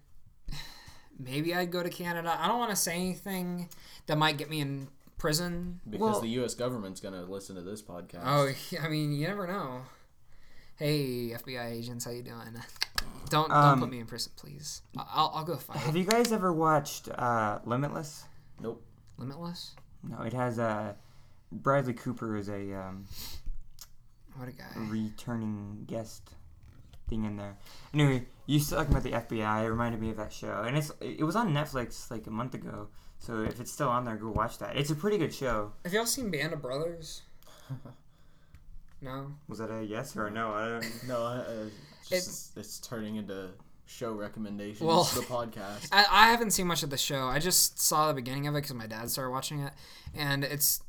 A: maybe I'd go to Canada. I don't want to say anything that might get me in prison.
C: Because
B: Well-
C: the U.S. government's gonna listen to this podcast.
A: Oh, I mean, you never know. Hey, FBI agents, how you doing? Don't don't
B: Um,
A: put me in prison, please. I- I'll, I'll go fight.
B: Have you guys ever watched uh, Limitless?
C: Nope.
A: Limitless.
B: No, it has uh, Bradley Cooper is a um,
A: What a guy.
B: returning guest thing in there. Anyway, you was talking about the FBI. It reminded me of that show, and it's it was on Netflix like a month ago. So if it's still on there, go watch that. It's a pretty good show.
A: Have y'all seen Band of Brothers? no.
B: Was that a yes or a no? I don't.
C: No, I, uh, just,
A: It's-
C: it's turning into show recommendations.
A: Well-
C: the podcast.
A: I, I haven't seen much of the show. I just saw the beginning of it because my dad started watching it, and it's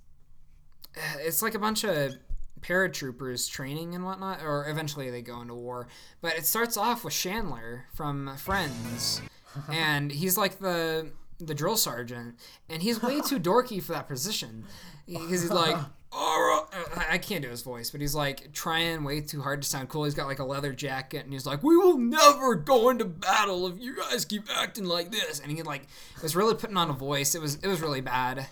A: it's like a bunch of paratroopers training and whatnot, or eventually they go into war. But it starts off with Chandler from Friends, and he's like the the drill sergeant, and he's way too dorky for that position because he's like. "All right," I- I can't do his voice, but he's like trying way too hard to sound cool. He's got like a leather jacket, and he's like, "We will never go into battle if you guys keep acting like this." And he like was really putting on a voice. It was it was really bad.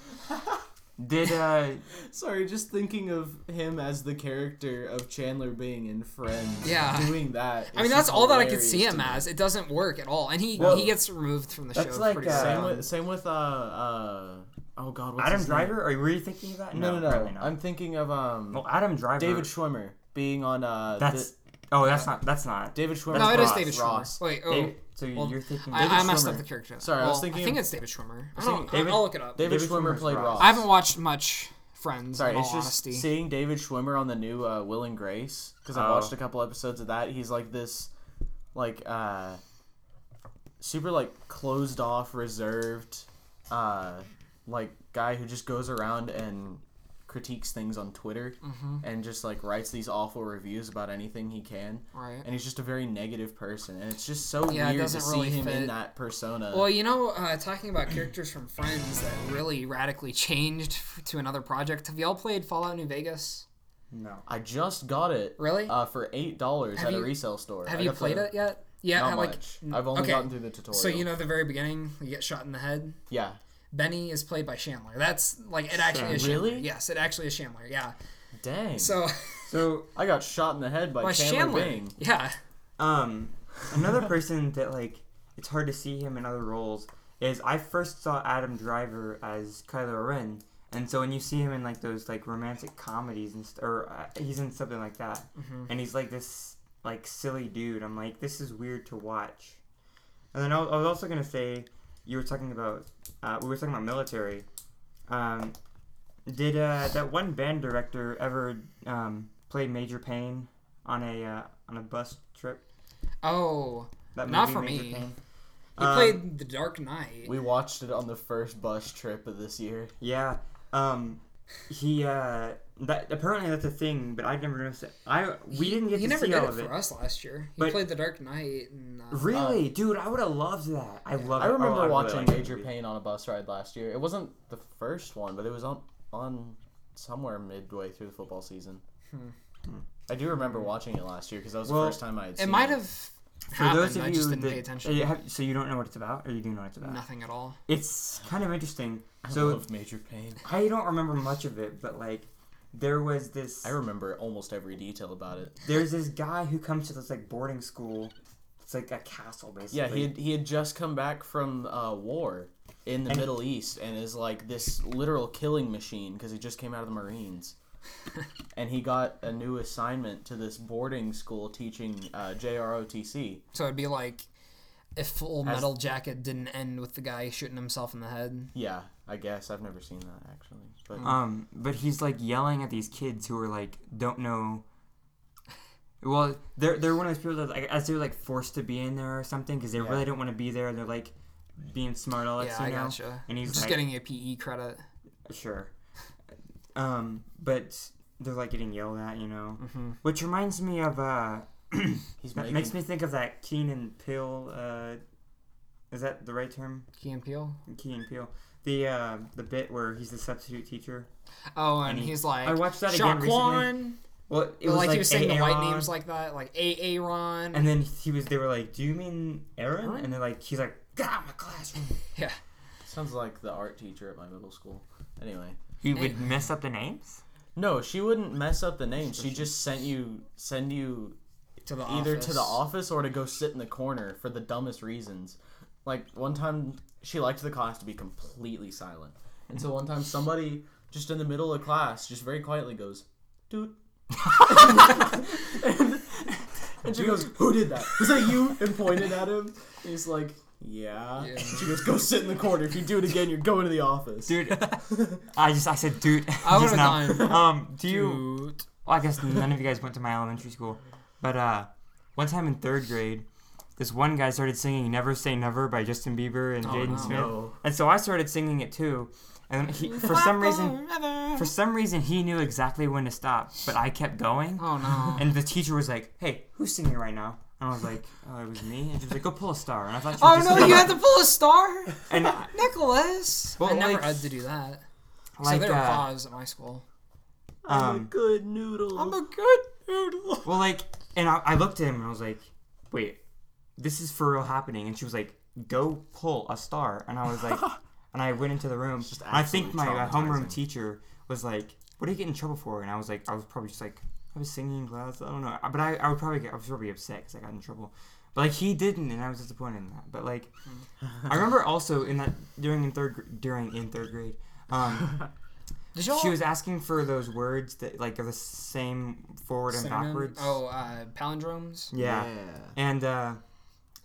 B: Did uh,
C: Sorry, just thinking of him as the character of Chandler being in Friends.
A: Yeah.
C: Doing that.
A: I mean, that's all that I could see him as. It doesn't work at all, and he he gets removed from the
B: that's
A: show
B: like,
A: pretty
B: uh,
A: soon.
C: Same with, same with uh, uh, oh god, what's
B: Adam
C: his name?
B: Driver? Are you really thinking of that?
C: No, no, no.
B: probably not.
C: I'm thinking of um,
B: well, Adam Driver.
C: David Schwimmer being on uh,
B: That's
C: the,
B: oh, that's not that's not.
C: David Schwimmer.
A: No, it is
B: Ross,
A: David
C: Ross.
A: Schwimmer. Wait, oh,
B: David, so
A: well,
B: you're thinking.
A: I, I messed
C: Schwimmer.
A: up the character.
C: Sorry, I was
A: Well,
C: thinking
A: I think
C: of-
A: it's David Schwimmer. I
B: thinking
A: don't,
B: David-
A: I'll look it up.
C: David,
B: David
C: Schwimmer
B: Schwimmer's
C: played
B: Ross.
C: Ross.
A: I haven't watched much Friends.
C: Sorry,
A: in all
C: it's just
A: honesty.
C: seeing David Schwimmer on the new uh, Will and Grace because I
B: Oh.
C: watched a couple episodes of that. He's like this, like uh, super like closed off, reserved, uh, like guy who just goes around and critiques things on Twitter
A: Mm-hmm.
C: and just like writes these awful reviews about anything he can.
A: Right.
C: And he's just a very negative person, and it's just so
A: Yeah, it
C: weird to
A: doesn't really
C: see him
A: fit.
C: in that persona.
A: Well, you know, uh, talking about characters from Friends that really radically changed f- to another project. Have y'all played Fallout New Vegas?
B: No.
C: I just got it.
A: Really?
C: Uh, for eight dollars
A: Have
C: at
A: you-
C: a resale store.
A: Have
C: I
A: you
C: got the-
A: played it yet? Yeah,
C: Not
A: I like.
C: much. I've only
A: okay.
C: gotten through the tutorial.
A: So you know the very beginning, you get shot in the head.
C: Yeah.
A: Benny is played by Chandler. That's like it actually is
C: Really?
A: Chandler. Yes, it actually is Chandler. Yeah.
C: Dang.
A: So
B: So
C: I got shot in the head by
A: by
C: Chandler,
A: Chandler.
C: Bing.
A: Yeah.
B: Um, another person that like it's hard to see him in other roles is I first saw Adam Driver as Kylo Ren, and so when you see him in like those like romantic comedies and st- or uh, he's in something like that, and he's like this like silly dude. I'm like this is weird to watch. And then I was, I was also gonna say you were talking about uh, we were talking about military. Um, did uh, that one band director ever um, play Major Payne on a uh, on a bus trip?
A: Oh,
B: That
A: Not
B: movie
A: for
B: Major
A: me.
B: Payne.
A: he
B: Um,
A: played The Dark Knight.
C: We watched it on the first bus trip of this year.
B: Yeah. Um, he uh, that apparently that's a thing, but I've never noticed it. I we
A: He-
B: didn't get
A: he
B: to
A: never
B: see
A: did
B: all
A: it
B: of
A: for
B: it.
A: us last year. He
B: But-
A: played The Dark Knight. And, uh,
B: Really, dude, I would have loved that. I love.
C: Oh, I remember watching Major
B: Payne.
C: Pain on a bus ride last year. It wasn't the first one, but it was on on somewhere midway through the football season. I do remember watching it last year because that was
B: Well,
C: the first time I had
A: it
C: seen
A: might have
B: For
A: happened.
B: those of
A: I
B: you
A: just didn't
B: that
A: pay attention.
B: uh, have- so you don't know what it's about, or you do know what it's about.
A: Nothing at all.
B: It's kind of interesting.
C: I
B: So
C: love Major Pain.
B: I don't remember much of it, but like there was this
C: I remember almost every detail about it.
B: there's this guy who comes to this like boarding school. It's like a castle basically.
C: Yeah, he had, he had just come back from uh, war in the
B: And-
C: Middle East and is like this literal killing machine because he just came out of the Marines. and he got a new assignment to this boarding school teaching uh, JROTC.
A: So it'd be like if Full Metal Jacket didn't end with the guy shooting himself in the head.
C: Yeah, I guess I've never seen that actually. But
B: Um, but he's like yelling at these kids who are like don't know. Well, they're they're one of those people that like as they're like forced to be in there or something because they really don't want to be there and they're like being smart Alex,
A: Yeah,
B: you
A: I
B: know.
A: gotcha.
B: And he's
A: just
B: like,
A: getting a PE credit.
B: sure. Um, but they're like getting yelled at, you know. Mm-hmm. Which reminds me of uh,
C: he's
B: that
C: making
B: makes me think of that Keenan Pill. Uh, is that the right term?
A: Key and Peele.
B: Keenan Peele. The uh, the bit where he's the substitute teacher.
A: Oh, and
B: And he-
A: he's like,
B: I watched that again
A: Shaquan.
B: Well, it was
A: Like,
B: like,
A: he was saying the white
B: Aaron.
A: names like that, like Aaron.
B: And then he was. They were like, "Do you mean Aaron?"
A: Aaron?
B: And they're like, "He's like, get out of my classroom."
A: yeah,
C: sounds like the art teacher at my middle school. Anyway,
B: He would mess up the names.
C: no, she wouldn't mess up the name. She just sent you send you
A: to the
C: either to the
A: office.
C: office or to go sit in the corner for the dumbest reasons. Like one time, she liked the class to be completely silent, and so one time somebody just in the middle of class, just very quietly goes, "Dude." and she goes, "Who did that? Was that you?" And pointed at him. And he's like, "Yeah."
A: Yeah.
C: She goes, "Go sit in the corner. If you do it again, you're going to the office."
B: Dude, I just I said, "Dude."
A: I
B: just
A: would've
B: now.
A: gone,
B: Um, do you?
A: Dude.
B: Well, I guess none of you guys went to my elementary school, but uh, one time in third grade, this one guy started singing "Never Say Never" by Justin Bieber and
A: Oh,
B: Jaden
A: no.
B: Smith,
C: No.
B: and so I started singing it too. And he, for some reason, for some reason, he knew exactly when to stop, but I kept going.
A: oh no.
B: And the teacher was like, "Hey, who's singing right now?" And I was like, "Oh, it was me." And she was like, "Go pull a star." And I thought, she was
A: Oh
B: just
A: no, you had to pull a star,
B: And
A: Nicholas.
B: Well,
A: I never
B: like-
A: had to do that. so
B: like,
A: there were
B: uh,
A: claws at my school.
C: I'm a
B: um,
C: good noodle.
A: I'm a good noodle.
B: well, like, and I, I looked at him and I was like, "Wait, this is for real happening." And she was like, "Go pull a star." And I was like, and I went into the room.
C: just
B: And I think my
C: absolutely
B: uh, homeroom
C: traumatizing.
B: teacher was like, "What are you getting in trouble for?" And I was like, I was probably just like, I was singing in class. I don't know, but I, I would probably get, I was probably upset because I got in trouble. But like he didn't, and I was disappointed in that. But like, I remember also in that during in third gr- during in third grade. Um,
A: Did y'all
B: She was asking for those words that like are the same forward and
A: Synonym-
B: backwards.
A: Oh, uh, palindromes.
B: yeah. And uh,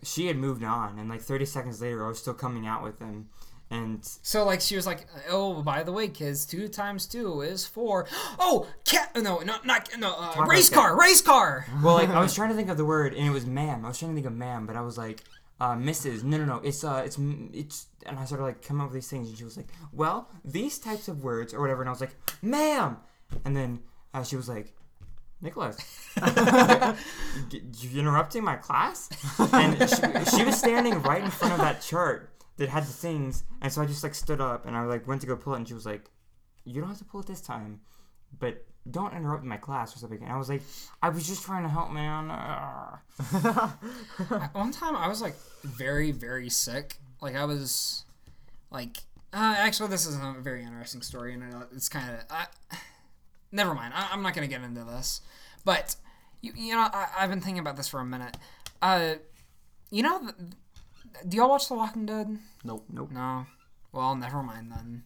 B: she had moved on, and like 30 seconds later, I was still coming out with them, and
A: So like she was like, oh, by the way, kids, two times two is four. Oh, cat. No, not not no. Uh,
B: Taco
A: race
B: cat.
A: car, race car.
B: well, like I was trying to think of the word, and it was ma'am. I was trying to think of ma'am, but I was like, uh, Mrs. No, no, no. It's uh, it's m- it's, and I started like coming up with these things, and she was like, well, these types of words or whatever, and I was like, ma'am, and then uh, she was like, Nicholas, d- you interrupting my class? And she, she was standing right in front of that chart that had the things, and so I just like stood up and I like went to go pull it, and she was like, you don't have to pull it this time, but don't interrupt my class or something. And I was like, I was just trying to help, man. Ah. Ugh.
A: One time I was like very very sick. Like I was like Uh, actually, this is a very interesting story, and I know it's kind of. I never mind. I, I'm not going to get into this, but you, you know, I, I've been thinking about this for a minute. Uh, you know, th- do y'all watch The Walking Dead?
C: Nope.
B: Nope.
A: No. Well, never mind then.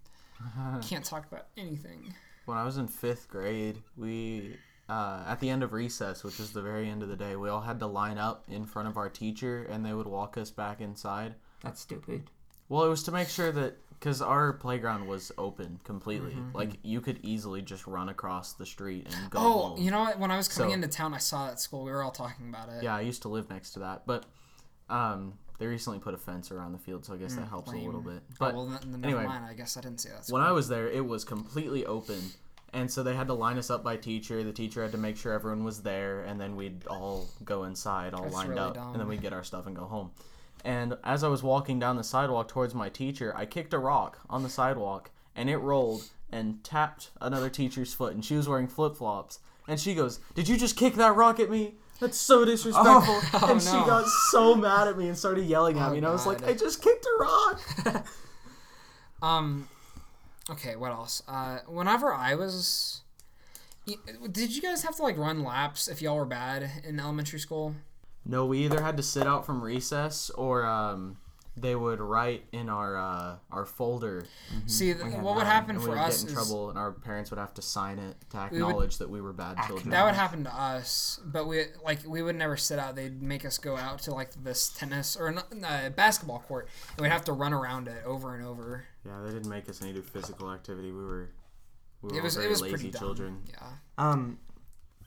A: Can't talk about anything.
C: When I was in fifth grade, we uh, at the end of recess, which is the very end of the day, we all had to line up in front of our teacher, and they would walk us back inside.
B: That's stupid.
C: Well, it was to make sure that because our playground was open completely, like you could easily just run across the street and go
A: Mm-hmm. Oh,
C: home.
A: you know what? When I was coming
C: So-
A: into town, I saw that school. We were all talking about it.
C: Yeah, I used to live next to that, but um, they recently put a fence around the field, so I guess that helps a little bit.
A: Mm,
C: But
A: Oh, well, then, then
C: anyway.
A: never mind. I guess I didn't see that.
C: when I was there, it was completely open, and so they had to line us up by teacher. The teacher had to make sure everyone was there, and then we'd all go inside, all
A: That's
C: lined
A: really
C: up,
A: dumb.
C: and then we'd get our stuff and go home. And as I was walking down the sidewalk towards my teacher, I kicked a rock on the sidewalk, and it rolled and tapped another teacher's foot, and she was wearing flip flops. And she goes, "Did you just kick that rock at me?" That's so disrespectful.
A: oh
C: and she
A: no.
C: got so mad at me and started yelling at me. And I was like,
A: God.
C: I just kicked a rock.
A: Um, okay, what else? Uh, whenever I was, y- did you guys have to like run laps if y'all were bad in elementary school?
C: No, we either had to sit out from recess or um, they would write in our uh, our folder.
A: See, th- what would happen
C: and Mm-hmm. we
A: for
C: would
A: us
C: get in
A: is
C: trouble, and our parents would have to sign it to acknowledge that we were bad children.
A: that would happen to us, but we like we would never sit out. They'd make us go out to like this tennis or not- uh, basketball court, and we'd have to run around it over and over.
C: yeah, they didn't make us any do physical activity. We were we were
A: It was
C: Oh, very
A: it was
C: lazy
A: pretty dumb.
C: children.
A: Yeah.
B: Um,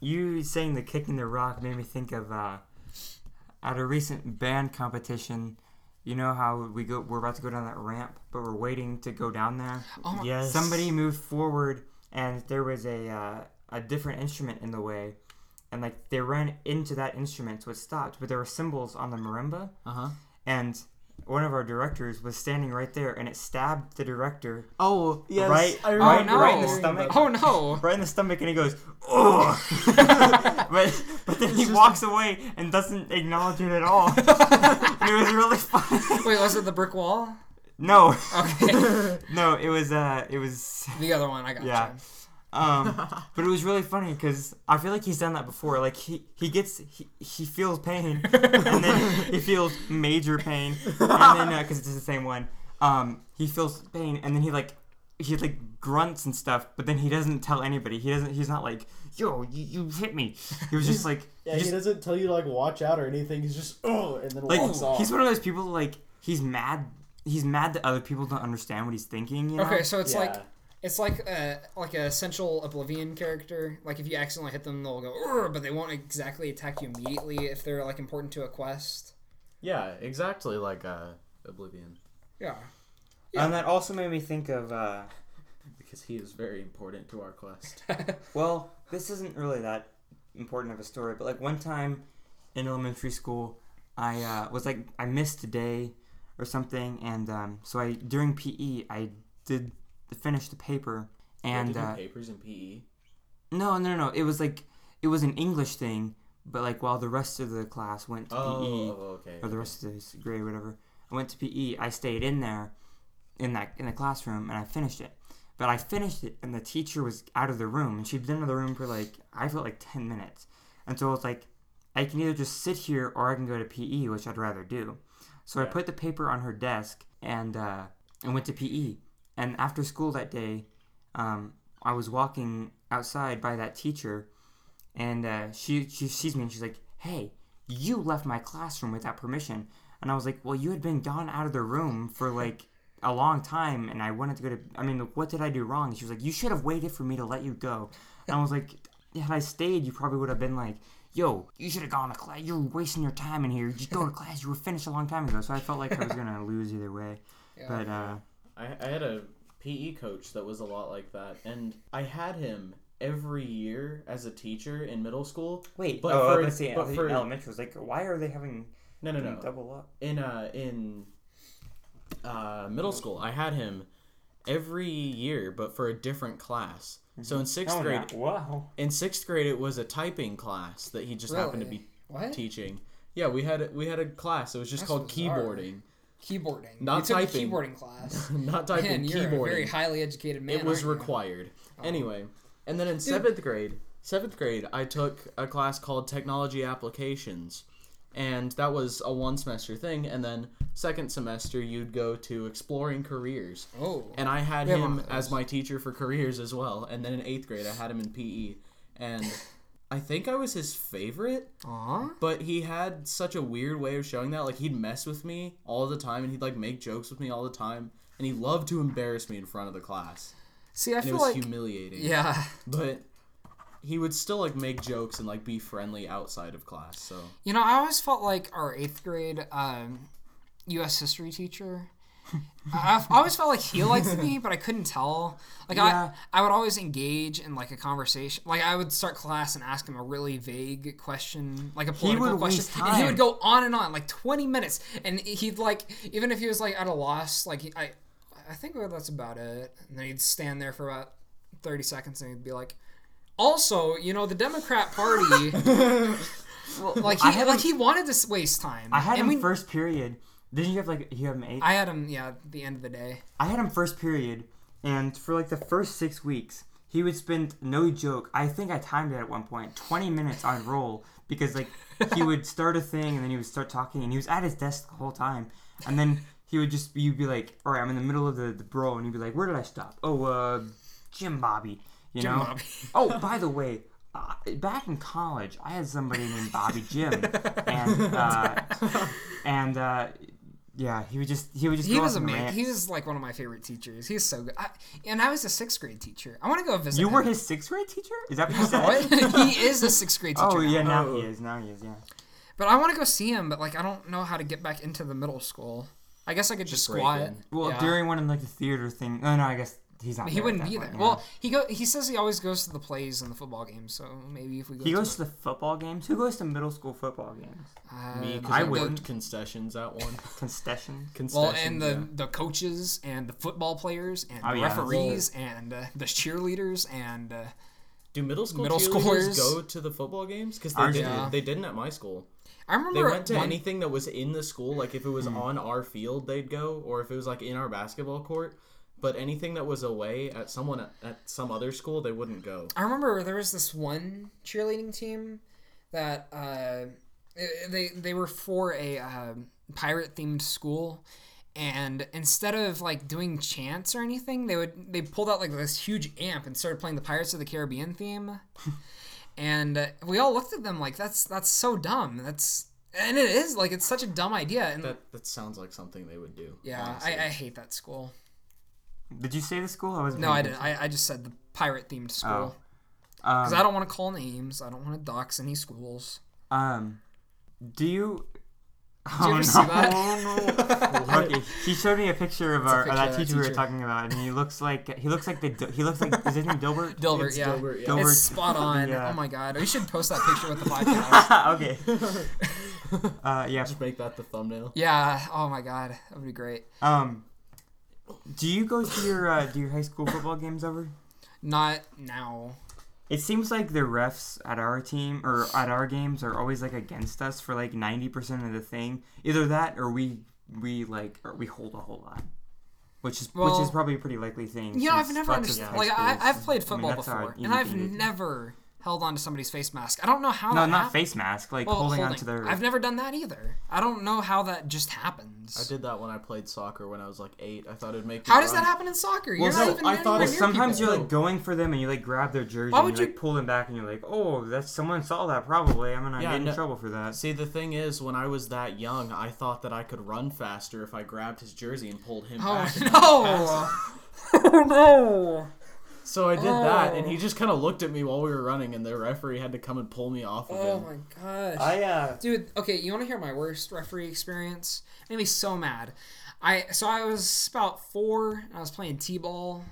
B: you saying the kicking the rock made me think of uh, at a recent band competition. You know how we go? We're about to go down that ramp, but we're waiting to go down there.
A: Oh my-
C: Yes.
B: Somebody moved forward, and there was a uh, a different instrument in the way, and like they ran into that instrument, so it stopped. But there were symbols on the marimba,
C: Uh
A: Uh-huh.
C: huh.
B: and one of our directors was standing right there, and it stabbed the director
C: Oh yes.
B: Right-
C: I
B: right-
C: remember
A: Oh no!
B: right in the
C: hearing
B: stomach.
C: about
A: Oh no!
B: right in the stomach and he goes, "Oh!" but but then he walks away and doesn't acknowledge it at all. it was really funny.
A: Wait, was it the brick wall?
B: No,
A: Okay,
B: no, it was uh, it was
A: the other one. I got
B: Yeah. um, but it was really funny because I feel like he's done that before. Like he he gets he, he feels pain and then he feels major pain and then because it's the same one. Um, he feels pain and then he like he like grunts and stuff, but then he doesn't tell anybody. He doesn't. He's not like yo, you, you hit me. He was just like
D: Yeah,
B: just,
D: he doesn't tell you to like watch out or anything. He's just oh, and then
B: like
D: walks off.
B: he's one of those people like he's mad. He's mad that other people don't understand what he's thinking. You know?
A: Okay, so it's
D: Yeah.
A: like it's like a like a central oblivion character. Like if you accidentally hit them, they'll go, "Urgh," but they won't exactly attack you immediately if they're like important to a quest.
C: Yeah, exactly like uh, Oblivion,
A: Yeah.
B: And Um, that also made me think of. Uh,
C: because he is very important to our quest.
B: Well, this isn't really that important of a story, but like one time in elementary school, I uh, was like I missed a day or something, and um, so I during PE I did finish the paper, and
C: Did Oh, you do
B: uh,
C: papers in E. PE.
B: no, no, no, it was like it was an English thing, but like while the rest of the class went to E. PE,
C: Oh, oh, okay.
B: or the rest of the grade, whatever. I went to PE. I stayed in there, in that in the classroom, and I finished it. But I finished it, and the teacher was out of the room, and she'd been in the room for like I felt like ten minutes, and so I was like, I can either just sit here or I can go to PE, which I'd rather do. So I put the paper on her desk and uh, and went to PE. And after school that day, um, I was walking outside by that teacher, and uh, she she sees me and she's like, "Hey, you left my classroom without permission." And I was like, "Well, you had been gone out of the room for like a long time, and I wanted to go to. I mean, what did I do wrong?" And she was like, "You should have waited for me to let you go." And I was like, "Had I stayed, you probably would have been like." Yo, you should have gone to class. You're wasting your time in here. Just go to class. You were finished a long time ago. So I felt like I was gonna lose either way. But uh,
C: I, I had a PE coach that was a lot like that, and I had him every year as a teacher in middle school.
B: wait,
C: but
B: oh,
C: for,
B: but see,
C: but for no,
B: elementary was like, why are they having
C: no, no,
B: double up?
C: in uh, in uh, middle school, I had him every year, but for a different class.
A: Mm-hmm.
C: So in sixth grade,
B: Wow.
C: in sixth grade, it was a typing class that he just happened to
A: Really?
C: be
A: What?
C: teaching. Yeah, we had we had a class. It was just called
A: bizarre.
C: keyboarding,
A: keyboarding.
C: Not
A: we took
C: typing.
A: a keyboarding class.
C: Not typing
A: Man, you're a very
C: keyboard.
A: highly educated man.
C: It was
A: aren't you?
C: required.
A: Oh.
C: Anyway, and then in seventh grade, seventh grade, I took a class called Technology Applications, and that was a one semester thing. And then second semester, you'd go to Exploring Careers,
A: Oh,
C: and I had
A: Yeah, one
C: him
A: of
C: as
A: those.
C: my teacher for careers as well. And then in eighth grade, I had him in PE, and I think I was his favorite.
A: Aw.
C: But he had such a weird way of showing that. Like he'd mess with me all the time, and he'd like make jokes with me all the time, and he loved to embarrass me in front of the class.
A: See, I
C: And it
A: feel
C: was
A: like
C: humiliating.
A: yeah.
C: But he would still like make jokes and like be friendly outside of class. So
A: You know, I always felt like our eighth grade um, U.S. history teacher. I, I've always felt like he liked me, but I couldn't tell. Like
B: Yeah.
A: I, I would always engage in like a conversation. Like I would start class and ask him a really vague question, like a political
B: would
A: question,
B: waste
A: and he
B: time.
A: would go on and on, like twenty minutes, and he'd like even if he was like at a loss, like he- I, I think that's about it. And then he'd stand there for about thirty seconds, and he'd be like. Also, you know, the Democrat Party
B: Well,
A: like
B: I
A: he
B: had
A: like
B: him,
A: he wanted to s- waste time.
B: I had
A: and
B: him
A: we,
B: first period. Didn't you have like you have him eight? I,
A: I had him. Yeah, at the end of the day.
B: had him first period, and for like the first six weeks, he would spend no joke. I think I timed it at one point, twenty minutes on roll because like he would start a thing and then he would start talking and he was at his desk the whole time, and then he would just you'd be like, all right, I'm in the middle of the the bro, and he'd be like, where did I stop? Oh, uh, Jim Bobby, you know.
A: Bobby.
B: Oh, by the way, uh, back in college, I had somebody named Bobby Jim, and uh, and uh, yeah, he would just he would just
A: He
B: go
A: was
B: off and
A: amazing.
B: rant.
A: He was like one of my favorite teachers. He's so good. I, and I was a sixth grade teacher. I want to go visit.
B: You
A: him.
B: were his sixth grade teacher? Is that what you said?
A: What? he is a sixth grade teacher.
B: Oh
A: now.
B: yeah, now
C: Oh.
B: he is. Now he is. Yeah.
A: But I want to go see him. But like, I don't know how to get back into the middle school. I guess I could just,
C: break
A: squat.
C: in.
B: Well,
A: Yeah.
B: during one of like the theater thing. Oh no, I guess he's not.
A: He
B: there at
A: wouldn't
B: that
A: be there.
B: point, yeah.
A: Well, he go. He says he always goes to the plays and the football games. So maybe if we go,
B: he
A: to
B: goes to the football games. Who goes to middle school football games?
A: uh,
C: me, because
A: I
C: I,
A: go-
C: worked concessions at one.
B: Concessions.
A: Well,
C: Concessions,
A: and the,
C: yeah.
A: the coaches and the football players and
B: Oh,
A: the
B: yeah.
A: referees and uh, the cheerleaders and uh,
C: do middle school
A: middle
C: middle
A: schoolers-
C: schoolers go to the football games? Because they
B: Ours
C: didn't.
A: did.
C: They didn't at my school.
A: I remember
C: They went to
A: one- Hmm.
C: anything that was in the school. Like if it was on our field, they'd go, or if it was like in our basketball court. But anything that was away at someone at, at some other school, they wouldn't go.
A: I remember there was this one cheerleading team that uh, they they were for a um pirate themed school, and instead of like doing chants or anything, they would they pulled out like this huge amp and started playing the Pirates of the Caribbean theme, and uh, we all looked at them like that's that's so dumb. That's and it is like it's such a dumb idea. And
C: That that sounds like something they would do.
A: yeah, I,
C: honestly.
A: I hate that school.
B: Did you say the school? I was.
A: No, I didn't. I, I just said the pirate
B: Oh.
A: themed school because I don't want to call names. I don't want to dox any schools.
B: Um, do you? Oh,
A: Did you ever see that?
C: Oh,
B: no. okay, he showed me a picture of our
A: picture
B: of that
A: of that
B: teacher we were
A: teacher.
B: talking about, and he looks like he looks like the Dil- he looks like is his name Dilbert?
A: Dilbert,
C: It's
A: yeah.
C: Dilbert, yeah.
B: Dilbert.
A: It's spot on.
B: Yeah.
A: Oh my god. We should post that picture with the podcast.
B: okay. uh, yeah.
C: Just make that the thumbnail.
A: yeah. Oh my god. That would be great.
B: Um, do you go to your uh, do your high school football games ever?
A: Not now.
B: It seems like the refs at our team or at our games are always like against us for like ninety percent of the thing. Either that or we we like or we hold a whole lot, which is
A: Well-
B: which is probably a pretty likely thing.
A: Yeah, I've
B: since
A: never
B: lots of
A: understood.
B: high
A: Like, I,
B: schools-
A: I've played football
B: that's our
A: before, and I've
B: easy thing to do.
A: never held onto somebody's face mask. I don't know how.
B: no
A: that
B: not
A: hap-
B: face mask like
A: well,
B: holding,
A: holding.
B: onto their.
A: I've never done that either. I don't know how that just
C: I
A: happens.
C: did that when I played soccer when I was like eight. I thought it'd make. me
A: How does
C: run.
A: that happen in soccer? You're
B: no,
A: not even
C: I thought
A: anywhere
B: Well,
A: near
B: sometimes
A: people.
B: you're like going for them and you like grab their jersey
A: Why
B: and
A: would
B: you
A: you-
B: like pull them back and you're like, oh, that's someone saw that probably. I'm gonna
C: Yeah,
B: get in
C: no-
B: trouble for that.
C: See, the thing is, when I was that young, I thought that I could run faster if I grabbed his jersey and pulled him back. and
A: Oh no! oh no!
C: So I did that,
A: Oh.
C: and he just kind of looked at me while we were running, and the referee had to come and pull me off of
A: Oh
C: him.
A: my gosh!
D: uh,
A: Dude, okay, you want to hear my worst referee experience? It made me so mad. I so I was about four. And I was playing t-ball,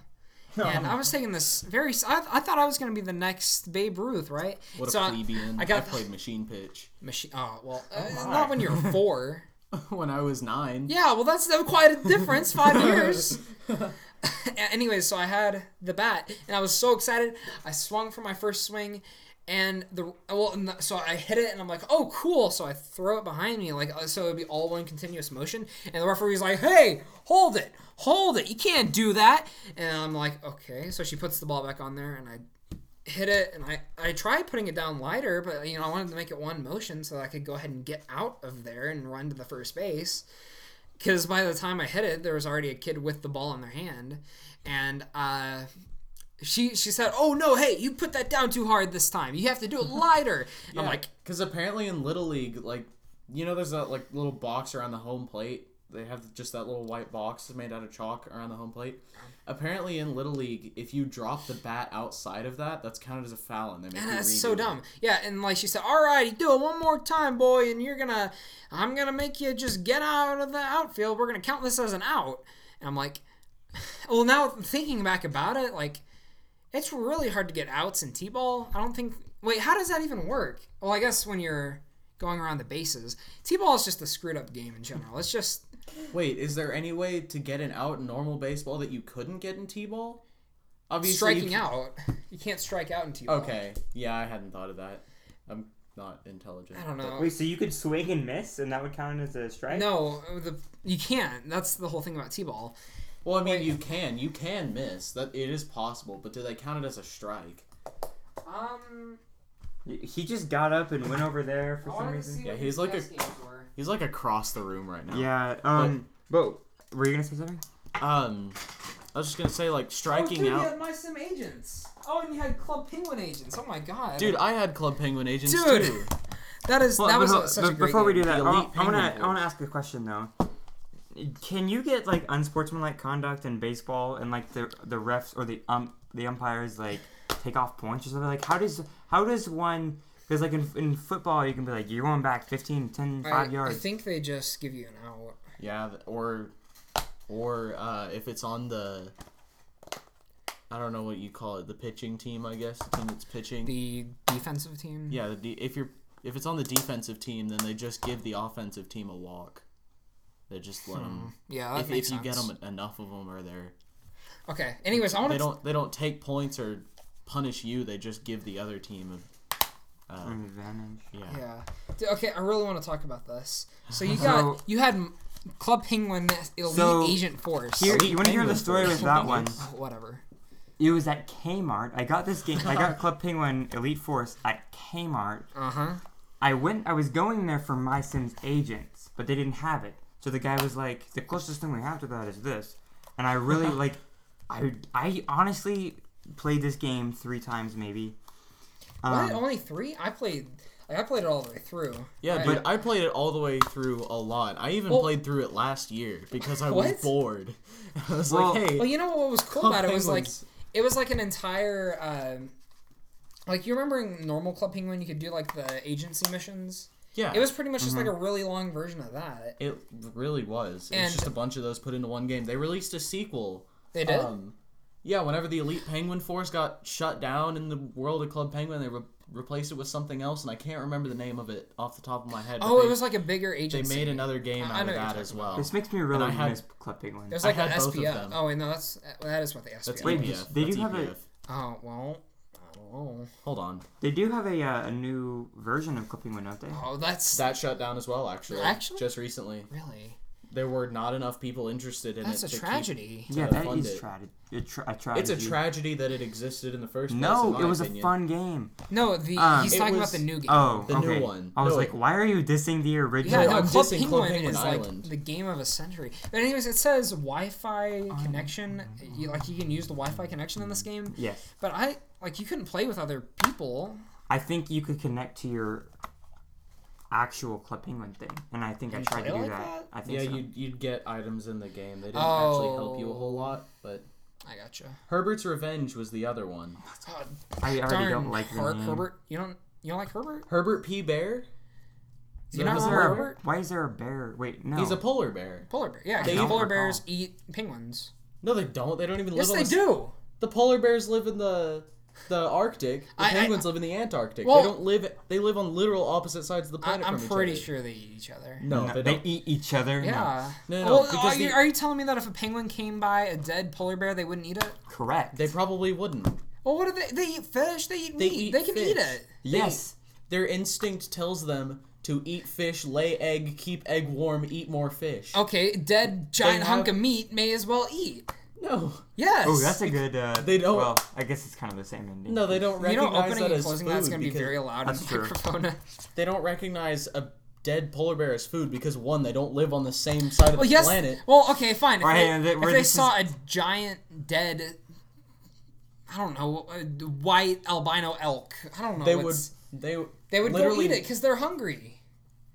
A: and I was taking this very. I, I thought I was gonna be the next Babe Ruth, right?
C: What a
A: So I-
C: plebeian!
A: I got
C: I played machine pitch
A: machine. Oh well, uh, not when you're four.
C: when I was nine.
A: Yeah, well, that's that's quite a difference. Five years. A- Anyways, so I had the bat, and I was so excited. I swung for my first swing, And the well, and the- so I hit it, and I'm like, "Oh, cool!" So I throw it behind me, like uh, so it'd be all one continuous motion. And the referee's like, "Hey, hold it, hold it! You can't do that!" And I'm like, "Okay." So she puts the ball back on there, and I hit it and I, I tried putting it down lighter but you know i wanted to make it one motion so that i could go ahead and get out of there and run to the first base because by the time i hit it there was already a kid with the ball in their hand and uh, she she said oh no hey you put that down too hard this time you have to do it lighter i'm like
C: because apparently in little league, like you know, there's that like little box around the home plate. They have just that little white box made out of chalk around the home plate. Apparently in little league, if you drop the bat outside of that, that's counted as a foul, and they make
A: And
C: you
A: that's
C: redo
A: so
C: it.
A: dumb. Yeah, and like she said, all righty, do it one more time, boy, and you're gonna, I'm gonna make you just get out of the outfield. We're gonna count this as an out. And I'm like, well, now thinking back about it, like, it's really hard to get outs in t-ball. I don't think. Wait, how does that even work? Well, I guess when you're going around the bases, t-ball is just a screwed up game in general. It's just
C: Wait, is there any way to get an out in normal baseball that you couldn't get in t-ball? Obviously, you
A: striking
C: can-
A: out. You can't strike out in t-ball.
C: Okay, yeah, I hadn't thought of that. I'm not intelligent.
A: I don't know.
B: Wait, so you could swing and miss, and that would count as a strike?
A: No, the you can't. That's the whole thing about t-ball.
C: Well, I mean, you can, you can miss. That it is possible, but do they count it as a strike?
A: Um.
B: He just got up and went over there for
A: I
B: some
A: wanted to
B: reason.
A: see
C: Yeah,
A: what
C: he's
A: his
C: like a-
A: chess games were.
C: He's like across the room right now.
B: Yeah. Um. But, were you gonna say something?
C: Um, I was just gonna say like striking
A: oh, dude, You
C: out.
A: had my sim agents. Oh, and you had Club Penguin agents. Oh my god,
C: Dude, I had Club Penguin agents
A: Dude,
C: too.
A: that is that
B: Well,
A: was
B: befo-
A: such a
B: be-
A: great
B: before we do
A: game.
B: that, I
C: The
B: want
C: elite
B: I want
C: penguin
B: to I want to
C: rules.
B: ask a question though. Can you get like unsportsmanlike conduct in baseball and like the the refs or the um the umpires like take off points or something? Like how does how does one because like in, in football you can be like you're going back 15, 10, 5
A: I,
B: yards.
A: I think they just give you an out.
C: Yeah, th- or or uh, if it's on the, I don't know what you call it, the pitching team, I guess the team that's pitching.
A: The defensive team.
C: yeah, the de- if you're if it's on the defensive team, then they just give the offensive team a walk. They just let them.
A: yeah. Hmm, That
C: If,
A: makes
C: if you get
A: sense.
C: them enough of them, or they're
A: Okay. Anyways, I want
C: they
A: to.
C: don't they don't take points or punish you. They just give the other team a uh,
B: An Mm, advantage.
C: yeah.
A: Yeah. D- Okay, I really want to talk about this. So you
B: So-
A: got you had m- Club Penguin elite
B: So,
A: agent force.
B: Here,
C: Elite
B: you want to hear the
C: Penguin
B: story
C: Force.
B: with that one?
A: Whatever.
B: It was at Kmart. I got this game. I got Club Penguin Elite Force at Kmart.
A: Uh
C: Um,
A: huh.
B: I went. I was going there for my Sims agents, but they didn't have it. So the guy was like, "The closest thing we have to that is this," and I really
C: Uh-huh.
B: like. I I honestly played this game three times maybe.
A: What?
B: Um,
A: Only three? I played. Like, I played it all the way through.
C: Yeah,
A: I-
C: dude, I played it all the way through a lot. I even
A: Well-
C: played through it last year because I
A: What? oh,
C: was bored. I was
B: Well-
C: like, hey,
A: Well, you know what was cool
C: Club
A: about it was like
C: Penguins.
A: it was like an entire um, like you remember in normal Club Penguin you could do like the agency missions.
C: yeah,
A: It was pretty much just like a
C: Mm-hmm.
A: really long version of that.
C: It really was. It
A: And-
C: was just a bunch of those put into one game. They released a sequel.
A: They did.
C: Um, yeah, whenever the Elite Penguin Force got shut down in the world of Club Penguin, they re- replaced it with something else, and I can't remember the name of it off the top of my head. but
A: oh,
C: they,
A: it was like a bigger
C: They
A: agency.
C: made another game
A: I- I
C: out
A: know
C: of
A: what you're
C: that
A: talking
C: as well.
B: this makes me really
C: Oh. I had-
B: miss Club Penguin.
A: it was like
C: I
A: an
C: had both of
A: SPF.
C: them.
A: Oh wait, no, that's that is what the
C: That's
A: SPF.
B: Wait,
C: EPF.
B: they
C: That's
B: do have a-
C: EPF.
A: Oh well, I don't know.
C: Hold on.
B: They do have a uh, a new version of Club Penguin, don't they?
A: Oh, that's
C: That shut down as well, actually.
A: Actually?
C: Just recently.
A: really
C: there were not enough people interested in
A: that's
C: it.
A: a
C: to keep-
A: tragedy.
B: yeah,
C: to
B: that
C: fund
B: is
C: it.
B: tried. It tra- I tried.
C: it's a
B: to-
C: tragedy that it existed in the first place. in
B: No,
C: my
B: it was a
C: opinion.
B: fun game.
A: No, the
B: Um,
A: he's
C: It
A: talking
C: was-
A: about the new game.
B: Oh,
C: The new
B: okay.
C: one.
B: I was
C: No.
B: like, why are you dissing the original?
A: Yeah,
C: No,
A: no,
C: I'm
A: Club
C: dissing
A: Penguin,
C: Club Penguin
A: is
C: Island.
A: like the game of a century. But anyways, it says Wi-Fi
C: Um,
A: connection. You, like you can use the Wi-Fi connection in this game.
B: Yes.
A: But I like you couldn't play with other people.
B: I think you could connect to your actual Club Penguin thing, and I think I
A: And
B: tried to
A: play
B: do
A: like
B: that. I think
C: Yeah,
B: so.
C: you'd, you'd get items in the game. They didn't actually help you a whole
A: Oh.
C: lot, but
A: I gotcha.
B: Oh.
A: Well, what do they? They eat fish. They eat
C: They
A: meat.
C: eat
A: they can eat
C: fish.
A: it.
B: Yes.
C: Their instinct tells them to eat fish, lay egg, keep egg warm, eat more fish.
A: Okay, dead giant
C: have- Oh,
A: hunk of meat may as well eat.
C: No,
A: Yes.
B: Oh, that's a good. Uh,
C: They don't-
B: Well, I guess it's kind of the same ending.
C: no, they don't
A: you know,
C: recognize
A: opening
C: that
A: and
C: as
A: closing
C: food.
A: that's going to be
C: because
A: very loud in
B: That's
A: the
B: true.
A: microphone.
C: They don't recognize a dead polar bear as food because one, they don't live on the same side of
A: Well,
C: the
A: Oh, yes.
C: planet.
A: Well, okay, fine. If
B: Right,
A: they,
B: and that-
A: if
B: where
A: they
B: this
A: saw a giant dead, I don't know, a white albino elk. I don't know.
C: They would.
A: it's-
C: They
A: They would
C: literally, Hmm.
A: go eat it because they're hungry.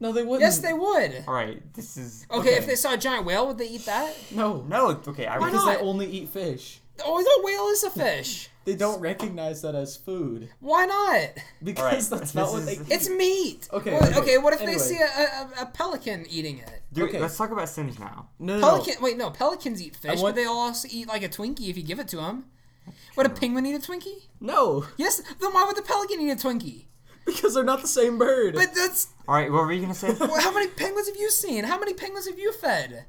C: No, they wouldn't.
A: Yes, they would.
B: All right. This is.
C: Oh.
A: Okay, if they saw a giant whale, would they eat that?
C: No,
B: No. Okay. I
A: Why
B: was.
C: because they
A: not?
C: only eat fish.
A: Oh, the whale is a fish.
C: They don't recognize that as food
A: Why not?
C: because that's not
B: this
C: what
B: is-
C: they. eat.
A: It's meat.
C: Okay,
A: What,
C: okay,
A: okay. What if they
C: anyway.
A: see a, a, a pelican eating it?
B: Dude,
C: okay.
B: let's talk about Sims now.
C: no, no, no.
A: Pelican. Wait, no. Pelicans eat fish, but
C: want-
A: they also eat like a Twinkie if you give it to them. Would a penguin eat a Twinkie?
C: No,
A: Yes. Then why would the pelican eat a Twinkie?
C: because they're not the same bird.
A: But that's.
B: All right. What were you gonna say?
A: well, How many penguins have you seen? How many penguins have you fed?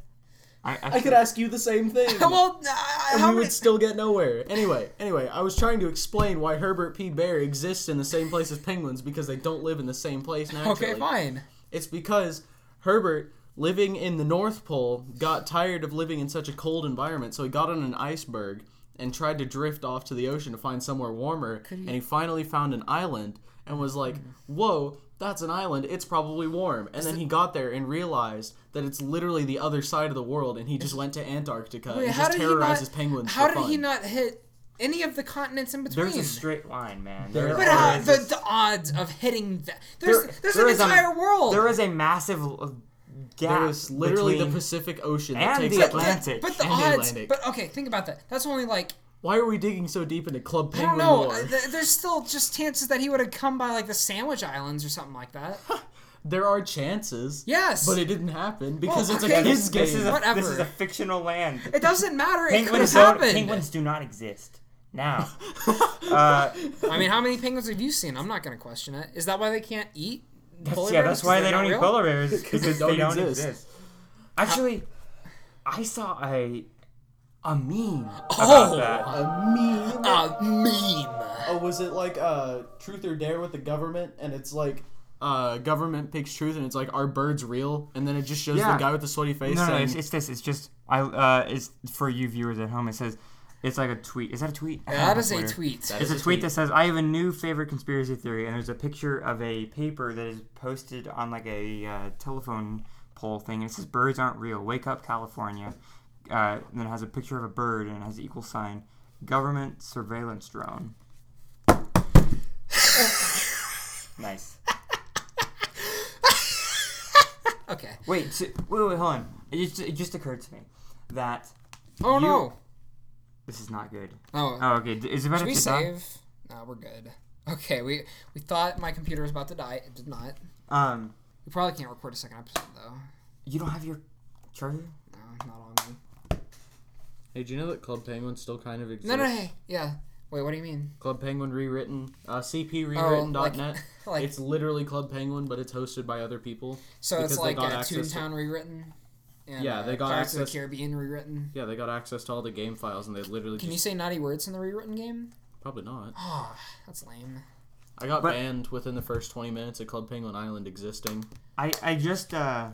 B: I,
C: I could ask you the same thing.
A: Well, I- I-
C: and
A: how
C: we
A: many?
C: would still get nowhere. Anyway, anyway, I was trying to explain why Herbert P. Bear exists in the same place as penguins because they don't live in the same place naturally.
A: Okay, fine.
C: It's because Herbert, living in the North Pole, got tired of living in such a cold environment, so he got on an iceberg and tried to drift off to the ocean to find somewhere warmer. And he finally found an island and was like,
A: Mm-hmm.
C: "Whoa." That's an island. It's probably warm. And then he got there and realized that it's literally the other side of the world. And he just went to Antarctica
A: Wait,
C: and
A: how
C: just
A: did he not?
C: terrorizes penguins.
A: how
C: for
A: did he
C: fun.
A: not hit any of the continents in between?
B: There's a straight line, man.
C: There
B: There
A: But
C: are- uh,
B: are-
A: how, the, the odds of hitting that there's
B: there-
A: there's
B: there
A: an
B: is a-
A: entire world.
B: There is a massive uh, gap.
C: There is literally
B: between-
C: the Pacific Ocean
B: and
C: that takes
B: the
C: up-
A: but,
B: Atlantic
A: but the
C: and the
A: odds.
C: Atlantic.
A: But okay, think about that. That's only like
C: Why are we digging so deep into Club
A: I don't
C: Penguin
A: know.
C: lore?
A: uh, th- There's still just chances that he would have come by like the Sandwich Islands or something like that.
C: There are chances.
A: Yes.
C: But it didn't happen because
A: Well,
C: it's
A: okay.
C: a kids game.
B: This is a,
A: Whatever.
B: this is a fictional land.
A: It doesn't matter. It could have
B: Penguins, don't,
A: happened.
B: penguins do not exist now. uh,
A: I mean, how many penguins have you seen? I'm not going to question it. Is that why they can't eat? polar
B: yeah,
A: bears
B: that's
A: 'cause
B: why
A: they're
B: they
A: not
B: don't eat
A: real?
B: polar bears because
C: they
B: they
C: don't
B: don't,
C: exist.
B: exist. Actually, I saw a a meme
A: Oh.
B: about that.
C: a
A: A
C: meme.
A: Ah, meme.
D: Oh, was it like uh, Truth or Dare with the government? And it's like,
C: Uh, government picks truth and it's like, are birds real? And then it just shows
B: Yeah.
C: the guy with the sweaty face
B: No, no,
C: saying,
B: it's, it's this. It's just I. Uh, it's for you viewers at home. It says it's like a tweet. Is that a tweet? I don't
A: That
B: know
A: is a
B: Twitter.
A: tweet.
C: That
B: It's
C: is
B: a tweet that says I have a new favorite conspiracy theory, and there's a picture of a paper that is posted on like a uh, telephone pole thing, and it says birds aren't real. Wake up, California. Uh, and then it has a picture of a bird, and it has an equal sign. Government surveillance drone. nice.
A: Okay.
B: Wait, so, wait, wait, hold on. It just, it just occurred to me that
A: Oh
B: You-
A: no.
B: this is not good.
A: Oh.
B: Oh, okay. d- Is it better
A: Should we
B: to die?
A: save? No, we're good. Okay, we we thought my computer was about to die. It did not.
B: Um,
A: We probably can't record a second episode though.
B: you don't have your charger.
A: No, not on me.
C: Hey, do you know that Club Penguin still kind of exists?
A: No, no, hey, yeah. Wait, what do you mean?
C: Club Penguin rewritten, uh,
A: Oh,
C: cprewritten.net.
A: like- like-
C: it's literally Club Penguin, but it's hosted by other people.
A: So
C: Because
A: it's
C: they
A: like
C: got
A: uh,
C: access to-
A: Toontown rewritten. And,
C: Yeah,
A: uh,
C: they got
A: Pirates of
C: access-
A: the Caribbean rewritten.
C: Yeah, they got access to all the game files and they literally
A: Can
C: just
A: you say naughty words in the rewritten game?
C: probably not.
A: Oh, that's lame.
C: I got
B: But-
C: banned within the first 20 minutes of Club Penguin Island existing.
B: I, I just uh.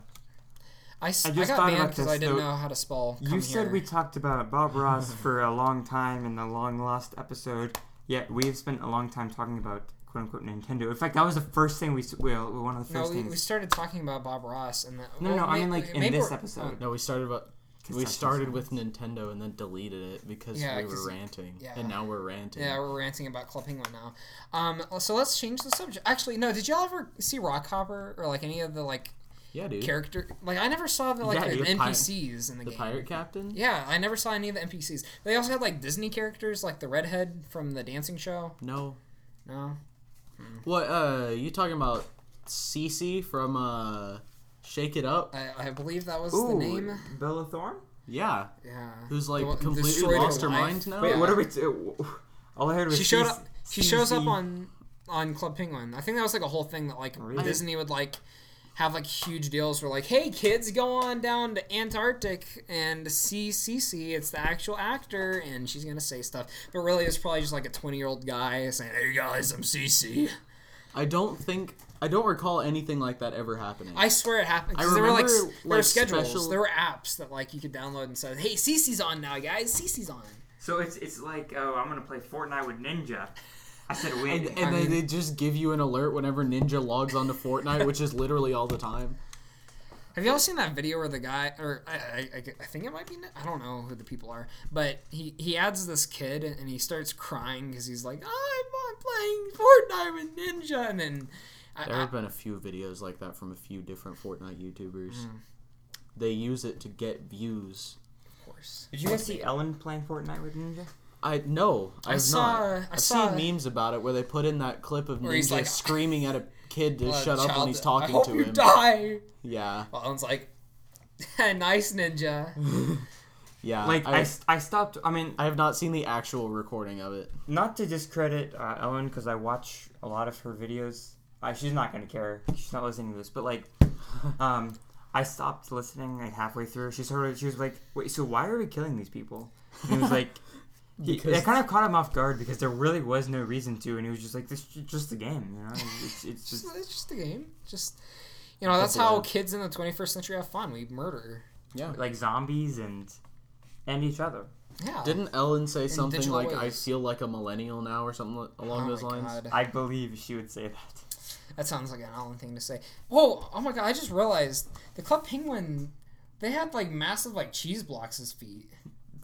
A: I, s-
B: I
A: I,
B: just
A: got
B: thought
A: banned
B: about
A: because I
B: this,
A: didn't
B: though.
A: know how to spell.
B: You
A: come
B: said
A: here.
B: we talked about Bob Ross for a long time in the long lost episode, yet we have spent a long time talking about quote unquote Nintendo. In fact, that was the first thing we s- well, one of the
A: No,
B: first
A: we, we
B: things.
A: started talking about Bob Ross and the,
B: No,
A: well,
B: no, I
A: may-
B: mean like in
A: maybe
B: this
A: we're- oh,
B: episode.
C: No, we started about we started with Nintendo and then deleted it because
A: Yeah,
C: we
A: 'cause-
C: were ranting,
A: yeah.
C: and now we're ranting.
A: Yeah, we're ranting about Club Penguin now. Um, so let's change the subject. Actually, no. Did y'all ever see Rock Hopper or like any of the like
C: yeah, dude.
A: character? Like I never saw the like
B: Yeah,
A: the
B: you're a pirate.
A: NPCs in the,
C: the
A: game.
C: pirate captain.
A: Yeah, I never saw any of the NPCs. They also had like Disney characters, like the redhead from the dancing show.
C: No.
A: No, Mm-hmm.
C: What? Uh, you talking about Cece from uh, Shake It Up?
A: I, I believe that was the
B: Ooh,
A: name.
B: Bella Thorne.
C: Yeah.
A: Yeah.
C: Who's
A: The
C: like
A: one-
C: completely
A: destroyed her
C: lost her
A: life.
C: mind now?
B: Wait,
A: Yeah.
B: what are we? T- w- all I heard was
A: She showed
B: CC
A: up. She shows up
B: CC
A: on on Club Penguin. I think that was like a whole thing that like
B: Really?
A: Disney would like have like huge deals where like, hey kids, go on down to Antarctic and see Cece. It's the actual actor, and she's gonna say stuff. But really, it's probably just like a twenty year old guy saying, hey guys, I'm Cece.
C: I don't think I don't recall anything like that ever happening.
A: I swear it happened. 'cause
C: I
A: there were like, s-
C: remember,
A: there were
C: like,
A: schedules,
C: special-
A: there were apps that like you could download and said, hey, Cece's on now, guys. Cece's on.
B: So it's it's like oh I'm gonna play Fortnite with Ninja. I said
C: and
B: win.
C: and
A: I
C: then
A: mean-
C: they just give you an alert whenever Ninja logs onto Fortnite, which is literally all the time.
A: Have y'all seen that video where the guy, or I, I, I, I think it might be, I don't know who the people are, but he, he adds this kid and he starts crying because he's like, "Oh, I'm, I'm playing Fortnite with Ninja. And then, I,
C: There
A: I,
C: have been a few videos like that from a few different Fortnite YouTubers.
A: Mm-hmm.
C: They use it to get views.
A: of course.
B: Did you guys see Ellen playing Fortnite with Ninja?
C: I no, I've
A: saw-
C: not.
A: I
C: I've
A: saw-
C: seen memes about it where they put in that clip of
A: he's
C: Ninja
A: like-
C: screaming at a kid to shut up when
A: Child,
C: he's talking
A: I hope
C: to
A: you
C: him.
A: die.
C: Yeah,
A: Well, Alan's like, nice Ninja.
C: yeah.
B: Like Uh, I,
C: I,
B: s- I stopped. I mean,
C: I have not seen the actual recording of it.
B: not to discredit uh, Ellen because I watch a lot of her videos. Uh, she's not gonna care. She's not listening to this. But like, um, I stopped listening like halfway through. She started. She was like, "Wait, so why are we killing these people?" And it was like. Because
C: Because-
B: it kind of caught him off guard because there really was no reason to, and he was just like, "This is just a game, you know? It's, it's just
A: It's just a game. Just, you know, that's how kids in the 21st century have fun. We murder.
C: Yeah.
B: like zombies and and each other."
A: Yeah.
C: Didn't Ellen say something
A: digital
C: like "I
A: ways.
C: feel like a millennial now" or something along
A: Oh
C: those
A: my
C: lines?
A: God.
B: I believe she would say that.
A: That sounds like an Allen thing to say. Whoa! Oh my god! I just realized the Club Penguin, they had like massive like cheese blocks as feet.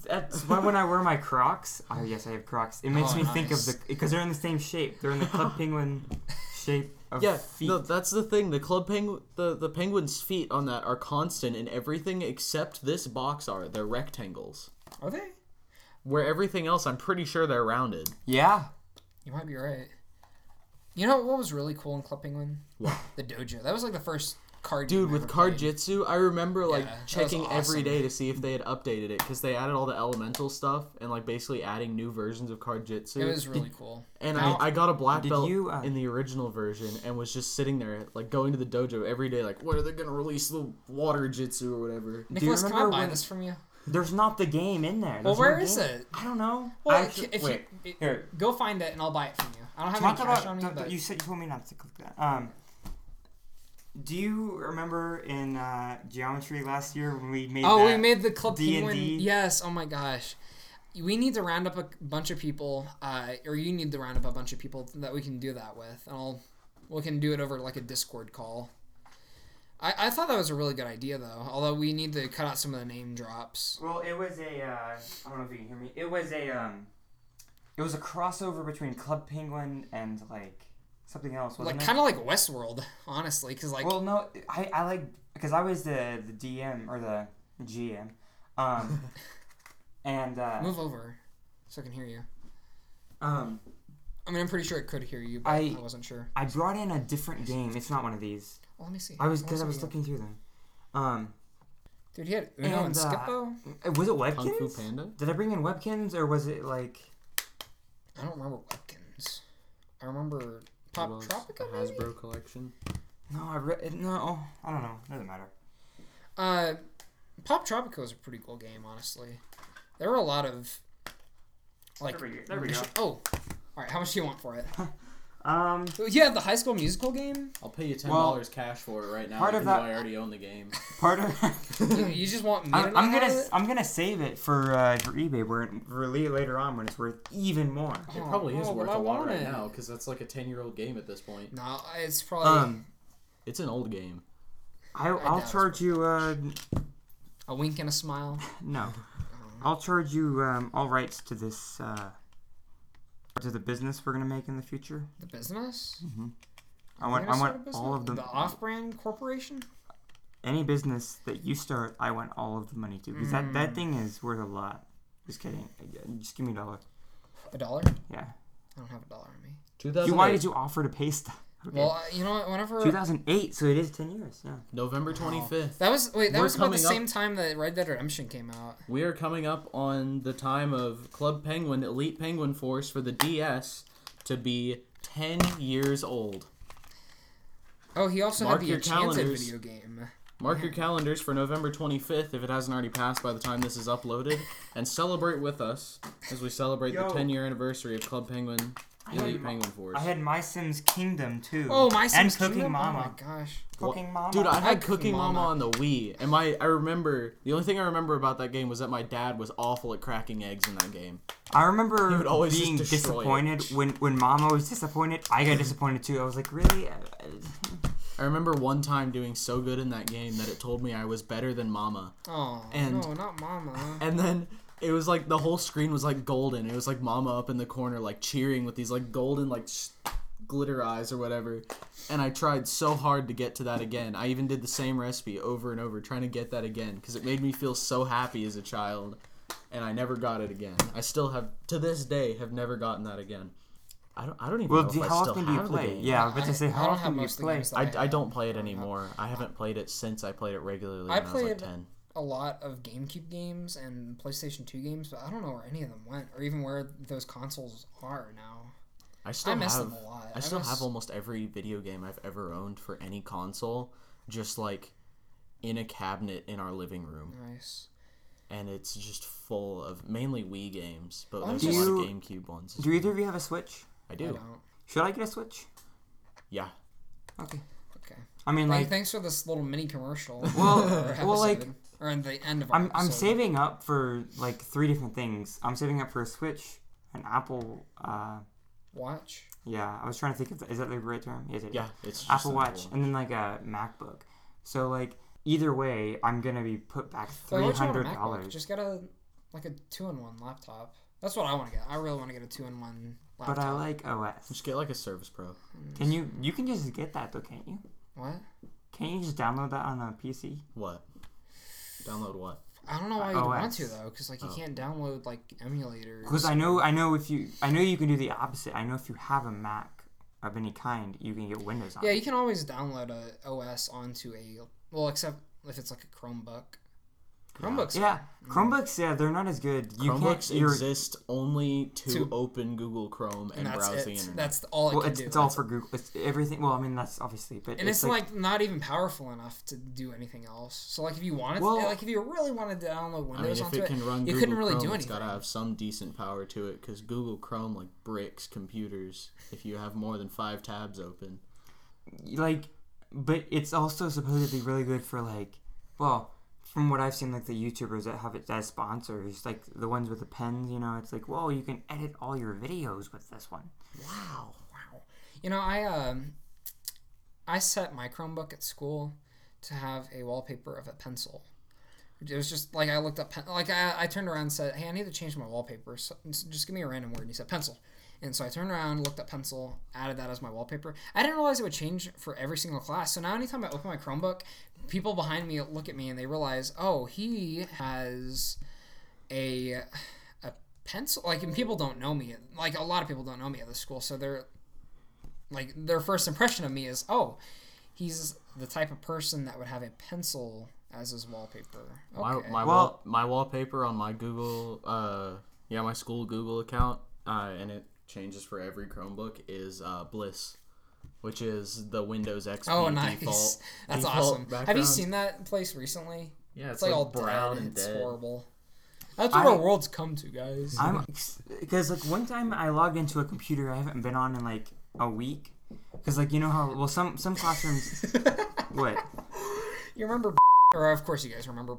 B: That's why when I wear my Crocs, oh yes, I have Crocs. It makes
A: Oh,
B: me think of
A: nice.
B: the because they're in the same shape. They're in the club penguin shape of
C: Yeah,
B: feet.
C: no, that's the thing. The club penguin, the the penguin's feet on that are constant in everything except this box art. They're rectangles.
A: Are they?
C: Where everything else, I'm pretty sure they're rounded.
B: Yeah,
A: You might be right. You know what was really cool in Club Penguin?
C: What?
A: The dojo. That was like the first card.
C: Dude,
A: game I
C: with
A: ever
C: card
A: played.
C: jitsu, I remember like
A: that was
C: checking every
A: awesome.
C: day to see if they had updated it because they added all the elemental stuff and like basically adding new versions of card jitsu.
A: It was really cool.
C: and
A: Now-
C: I, I got a black
B: Did
C: belt
B: you, uh,
C: in the original version and was just sitting there like going to the dojo every day like what are they gonna release the water jitsu or whatever
A: Nicholas, can I
B: remember
A: buy
B: when-
A: this from you?
B: there's not the game in there.
A: Well,
B: There's
A: where
B: no
A: is
B: game.
A: it?
B: I don't know.
A: Well,
B: I
A: if-
B: actually-
A: if
B: wait,
A: you it-
B: here.
A: go find it and I'll buy it from you. I don't have
B: Talk
A: any cash
B: about
A: on me,
B: don't-
A: but
B: you said you told me not to click that. Um, do you remember in uh, geometry last year when we made?
A: Oh, we
B: that-
A: made the Club
B: D&D.
A: Penguin. Yes. Oh my gosh. We need to round up a bunch of people, uh, or you need to round up a bunch of people that we can do that with, and I'll we can do it over like a Discord call. I, I thought that was a really good idea though. Although we need to cut out some of the name drops.
B: Well, it was a. Uh, I don't know if you can hear me. It was a. Um, it was a crossover between Club Penguin and like something else, wasn't
A: Like
B: it?
A: kind of like Westworld, honestly, because like
B: Well, no, I, I like because I was the the DM or the GM, um, and uh,
A: move over so I can hear you.
B: um,
A: I mean, I'm pretty sure it could hear you, but I,
B: I-
A: wasn't sure.
B: I brought in a different game. It's not one of these.
A: Well, let me see.
B: I was
A: What
B: because I was
A: the game?
B: looking through them. Um,
A: Dude, he had Uno and,
B: and, uh,
A: Skippo.
B: uh, was it
C: Kung Fu
B: Webkins?
C: Panda?
B: Did I bring in Webkins or was it like?
A: I don't remember Watkins. I remember Pop
C: Was the
A: Tropico. Maybe?
C: Hasbro collection.
B: No, I re- no. I don't know. Doesn't matter.
A: Uh, Pop Tropico is a pretty cool game, honestly. There were a lot of like.
B: There we go- there we go.
A: Oh, all right. How much do you want for it?
B: Um,
A: You have the High School Musical game.
C: I'll pay you ten
B: Well,
C: dollars cash for it right now.
B: part of
C: even though
B: that-
C: I already own the game.
B: part of.
A: You, you just want me to
B: I'm, I'm
A: not
B: gonna
A: have
B: s-
A: it?
B: I'm gonna save it for uh, for eBay where it, for le- later on when it's worth even more.
C: It
A: Oh,
C: probably is
A: no,
C: worth
A: but I
C: a lot
A: want
C: right
A: it.
C: now because that's like a ten-year-old game at this point.
A: No, it's probably.
B: Um,
C: It's an old game.
B: I,
A: doubt
B: I'll
A: it's
B: charge you. Uh,
A: a wink and a smile.
B: no, I'll charge you um, all rights to this uh, to the business we're gonna make in the future.
A: The business.
B: I want
A: You're
B: I
A: gonna
B: want
A: start a
B: all of
A: business?
B: the
A: The off-brand corporation.
B: any business that you start. I want all of the money to because that
A: Mm.
B: that thing is worth a lot. Just kidding. Just give me a dollar.
A: A dollar.
B: Yeah.
A: I don't have a dollar on me.
C: Two
B: You,
C: thousand.
B: why did you offer to pay stuff? Okay.
A: Well, I- you know what? Whenever
B: 2008, so it is 10 years. Yeah.
C: November twenty-fifth.
A: that was wait, that
C: We're
A: was about the
C: coming up-
A: same time that Red Dead Redemption came out.
C: We are coming up on the time of Club Penguin, Elite Penguin Force for the DS to be ten years old.
A: Oh, he also
C: Mark
A: had the
C: your
A: Enchanted
C: calendars.
A: video game.
C: Mark your calendars for November 25th if it hasn't already passed by the time this is uploaded, and celebrate with us as we celebrate
B: Yo.
C: the 10 year anniversary of Club Penguin,
B: had
C: Elite
B: my-
C: Penguin Force.
B: I had My Sims Kingdom too.
A: Oh, my Sims
B: and Cooking
A: Kingdom?
B: Mama.
A: Oh my gosh.
B: Cooking Mama.
C: Dude, I
A: I
C: had
A: had Cooking
C: Cooking Mama
A: Mama.
C: on the Wii, and my I remember the only thing I remember about that game was that my dad was awful at cracking eggs in that game.
B: I remember
C: would always just
B: being
C: destroy Mm.
B: disappointed when when Mama was disappointed. I got disappointed too. I was like, really? Uh, uh,
C: I remember one time doing so good in that game that it told me I was better than Mama,
A: Oh,
C: And-
A: no, not Mama.
C: and then it was like the whole screen was like golden. It was like Mama up in the corner like cheering with these like golden like sh- glitter eyes or whatever. And I tried so hard to get to that again. I even did the same recipe over and over trying to get that again because it made me feel so happy as a child. And I never got it again. I still have to this day have never gotten that again. I don't. I don't even
B: Well,
C: know
B: do,
C: if
B: how
C: I still
B: often do you
C: have the
B: play?
C: game.
B: Yeah, I was about to
A: I-
B: say,
A: I
B: how
A: don't have
B: often do you
A: most of the
B: play?
A: games that-
C: I,
A: I
C: I
A: have-
C: don't play it anymore. I haven't played it since I played it regularly
A: I
C: when I was like
A: played-
C: ten.
A: A lot of GameCube games and PlayStation 2 games, but I don't know where any of them went or even where those consoles are now.
C: I still
A: miss
C: have
A: them a lot.
C: I
A: I
C: still have
A: miss-
C: almost every video game I've ever owned for any console, just like in a cabinet in our living room,
A: Nice.
C: and it's just full of mainly Wii games, but
A: I'm
C: there's a lot of
B: just-
C: GameCube ones. as
B: Do either
C: well.
B: of you have a Switch?
C: I
A: I
C: do.
A: don't.
B: Should I get a Switch?
C: yeah.
B: Okay.
A: Okay.
B: I mean,
A: Like,
B: like,
A: thanks for this little mini commercial.
B: Well,
A: or
B: well, like,
A: episode, or in the end of our
B: I'm I'm
A: episode.
B: saving up for like three different things. I'm saving up for a Switch, an Apple. Uh,
A: Watch.
B: yeah, I was trying to think of is that the right term? Yes, it is.
C: Yeah. It's just
B: Apple
C: an
B: Watch, and then like a MacBook. So like either way, I'm gonna be put back
A: Wait,
B: three
A: what's wrong
B: hundred
A: with a MacBook?
B: dollars.
A: Just get a like a two-in-one laptop. That's what I want to get. I really want to get a two-in-one laptop.
B: But I like OS.
C: Just get like a Service Pro.
B: Can you you can just get that though, can't you?
A: what?
B: Can't you just download that on a PC?
C: What? Download what?
A: I don't know why you would want
B: OS.
A: to though, because like you can't download like emulators.
B: Because Oh. I know I know if you I know you can do the opposite. I know if you have a Mac of any kind, you can get Windows on.
A: Yeah,
B: it.
A: you can always download a OS onto a well, except if it's like a Chromebook. Chromebooks.
B: Yeah,
A: Mm-hmm.
B: Chromebooks. Yeah, they're not as good. You
C: Chromebooks
B: can't. You're,
C: exist only to,
A: To-
C: open Google Chrome and,
A: and that's
C: browse the
A: it.
C: internet.
A: That's all it
B: well,
A: can
B: it's,
A: do.
B: it's all for Google. It's everything. Well, I mean that's obviously, but
A: and
B: it's,
A: it's, like, not even powerful enough to do anything else. So like if you wanted,
B: Well-
A: to, like if you really wanted to download
C: I
A: Windows
C: mean, if
A: onto
C: it can run
A: you
C: Google
A: couldn't really
C: Chrome,
A: do
C: it's
A: anything.
C: got to have some decent power to it because Google Chrome like bricks computers if you have more than five tabs open.
B: like but it's also supposedly really good for like well from what i've seen like the youtubers that have it as sponsors like the ones with the pens you know it's like whoa you can edit all your videos with this one
A: Wow, wow. You know, I um, I set my Chromebook at school to have a wallpaper of a pencil. It was just like I looked up, pen- like I, I turned around and said, "Hey, I need to change my wallpaper. So, just give me a random word." And he said pencil, and so I turned around, looked up pencil, added that as my wallpaper. I didn't realize it would change for every single class. So now anytime I open my Chromebook, people behind me look at me and they realize, "Oh, he has a a pencil like and people don't know me like a lot of people don't know me at this school so they're like their first impression of me is oh he's the type of person that would have a pencil as his wallpaper okay
C: My my,
B: Well-
C: wall, my wallpaper on my Google, uh, yeah, my school Google account, uh, and it changes for every Chromebook is uh, Bliss, which is the Windows XP
A: oh nice
C: default.
A: that's
C: default
A: awesome have you
C: background.
A: seen that place recently
C: Yeah,
A: it's,
C: it's,
A: like, all brown and
C: dead.
A: it's horrible that's what
B: I-
A: our world's come to guys
B: i'm because like one time i logged into a computer i haven't been on in like a week because like you know how well some some classrooms what
A: you remember or of course you guys remember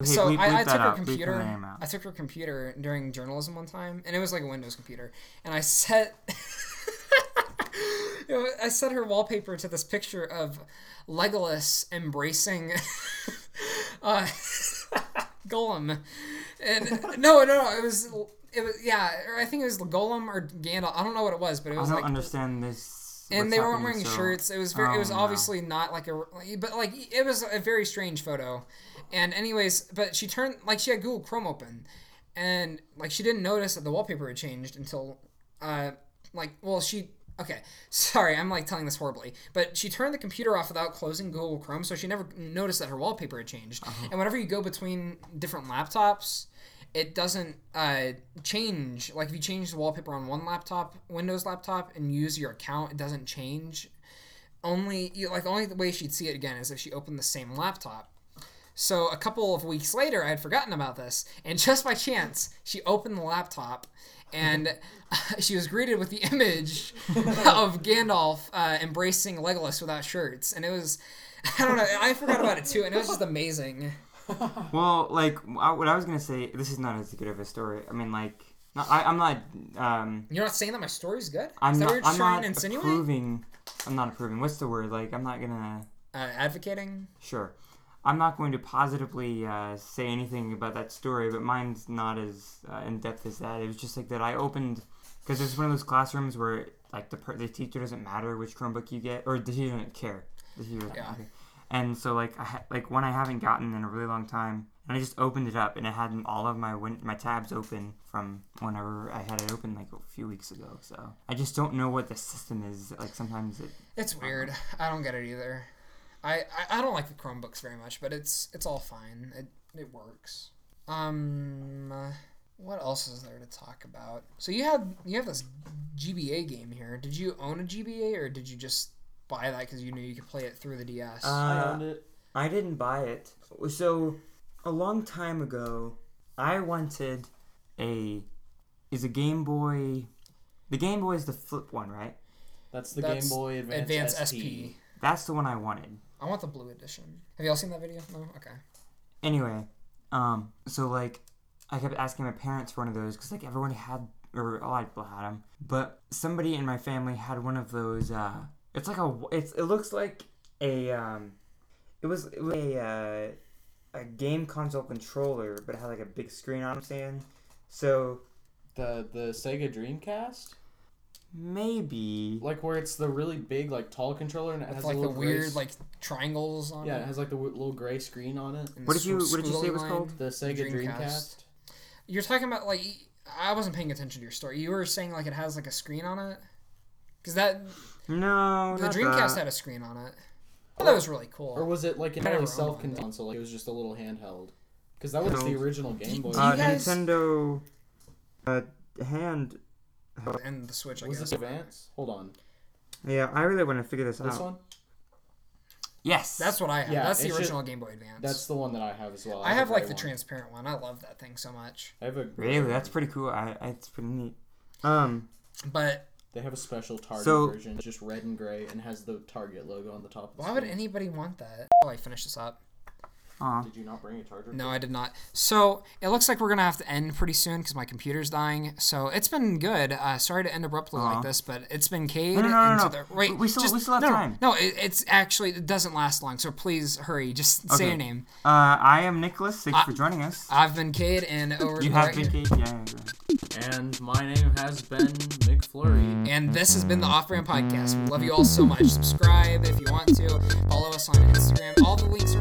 B: Hey,
A: so
B: bleep- bleep
A: I, I
B: that
A: took her
B: out, bleep her name
A: computer.
B: out.
A: I took her computer during journalism one time, and it was like a Windows computer. And I set, It wa- I set her wallpaper to this picture of Legolas embracing uh, Golem, and no, no, no, it was. It was yeah, or I think it was Golem or Gandalf. I don't know what it was, but it
B: i
A: was
B: don't
A: like
B: understand this
A: and
B: what's
A: they weren't
B: happening,
A: wearing
B: so-
A: shirts. It was very, it
B: Oh,
A: was
B: no.
A: obviously not like a, but like it was a very strange photo. And anyways, but she turned like she had Google Chrome open, and like she didn't notice that the wallpaper had changed until, uh, like well she okay sorry I'm like telling this horribly, but she turned the computer off without closing Google Chrome, so she never noticed that her wallpaper had changed. And whenever you go between different laptops, it doesn't uh, change. Like if you change the wallpaper on one laptop, Windows laptop, and use your account, it doesn't change. only you- like the only way she'd see it again is if she opened the same laptop. So a couple of weeks later, I had forgotten about this, and just by chance, she opened the laptop, and she was greeted with the image of Gandalf uh, embracing Legolas without shirts, and it was. I don't know. I forgot about it too, and it was just amazing.
B: Well, like I, what I was gonna say, this is not as good of a story. I mean, like, no, I, I'm not. Um,
A: You're not saying that my story's good?
B: I'm
A: Is that
B: not.
A: what you're
B: I'm
A: trying
B: not
A: to insinuate?
B: approving. I'm not approving. What's the word? Like, I'm not gonna.
A: Uh, advocating?
B: Sure, I'm not going to positively uh, say anything about that story, but mine's not as uh, in depth as that. It was just like that. I opened because it's one of those classrooms where like the per- the teacher doesn't matter which Chromebook you get, or the teacher doesn't care. The teacher doesn't
A: Yeah.
B: okay. And so like I ha- like one I haven't gotten in a really long time, and I just opened it up, and it had all of my win- my tabs open from whenever I had it open like a few weeks ago. So I just don't know what the system is. Like sometimes it
A: It's weird. I don't get it either. I, I, I don't like the Chromebooks very much, but it's it's all fine. It it works. Um, what else is there to talk about? So you had you have this GBA game here. Did you own a GBA or did you just buy that because you knew you could play it through the DS?
D: I owned it.
B: Uh, I didn't buy it. So a long time ago, I wanted a is a Game Boy. The Game Boy is the flip one, right?
D: That's the
A: That's
D: Game Boy Advance,
A: Advance
D: SP.
A: SP.
B: That's the one I wanted.
A: I want the blue edition. Have y'all seen that video? No. Okay.
B: Anyway, um, so like, I kept asking my parents for one of those because like everyone had or a lot of people had them, but somebody in my family had one of those. Uh, it's like a. It's it looks like a. Um, it was it was a uh, a game console controller, but it had like a big screen on. it, I'm saying, so
D: The the Sega Dreamcast,
B: maybe
D: like where it's the really big like tall controller and it has
A: It's like
D: a
A: the
D: little gray
A: weird
D: s-
A: like triangles on
D: yeah,
A: it.
D: it has like the w- little gray screen on it.
A: and
B: What did
A: the
B: you-
A: squ-
B: what did you say it was
A: squiggly
B: called?
A: line.
D: The Sega
A: Dreamcast.
D: Dreamcast.
A: You're talking about like I wasn't paying attention to your story. You were saying like it has like a screen on it, because that
B: no.
A: the
B: not
A: Dreamcast
B: that.
A: had a screen on it. Oh, that was really
D: or
A: cool.
D: was it like an
A: Never
D: early
A: owned
D: self-contained
A: one.
D: console? Like it was just a little handheld, because that was
B: No.
D: the original Game Boy.
A: do
B: uh,
A: you guys-
B: Nintendo uh, hand.
A: And the Switch, I
D: was
A: guess.
D: this Advance? Hold on,
B: Yeah, I really want to figure this out.
D: this one.
B: Yes,
A: That's what I have.
D: Yeah,
A: that's the
D: it's just-
A: original Game Boy Advance.
D: That's the one that I have as well.
A: I have
D: a
A: like
D: gray
A: the
D: one.
A: transparent one. I love that thing so much.
D: I have a
B: Really, that's pretty cool. I, I it's pretty neat. Um,
A: But
D: They have a special Target
B: So-
D: version, just red and gray, and has the Target logo on the top. Of the
A: why would
D: screen.
A: anybody want that? Oh, I finish this up.
B: aw.
D: Did you not bring a charger?
A: No, I did not. So it looks like we're gonna have to end pretty soon because my computer's dying. So it's been good. Uh, sorry to end abruptly like this, but it's been Cade.
B: no, no,
A: and
B: no.
A: to the- wait,
B: We still-
A: just,
B: we still have
A: no, no,
B: time.
A: No, it, it's actually it doesn't last long. So please hurry. Just say your
B: Okay.
A: name.
B: uh, I am Nicholas. Thanks for joining us.
A: I've been Cade, and over to
B: you
A: the
B: have
A: right-
B: been Kate. Yeah, yeah, yeah.
C: And my name has been McFlurry.
A: And this has
B: Mm-hmm.
A: been the Off Brand Podcast. We love you all so much. Subscribe if you want to. Follow us on Instagram. All the links are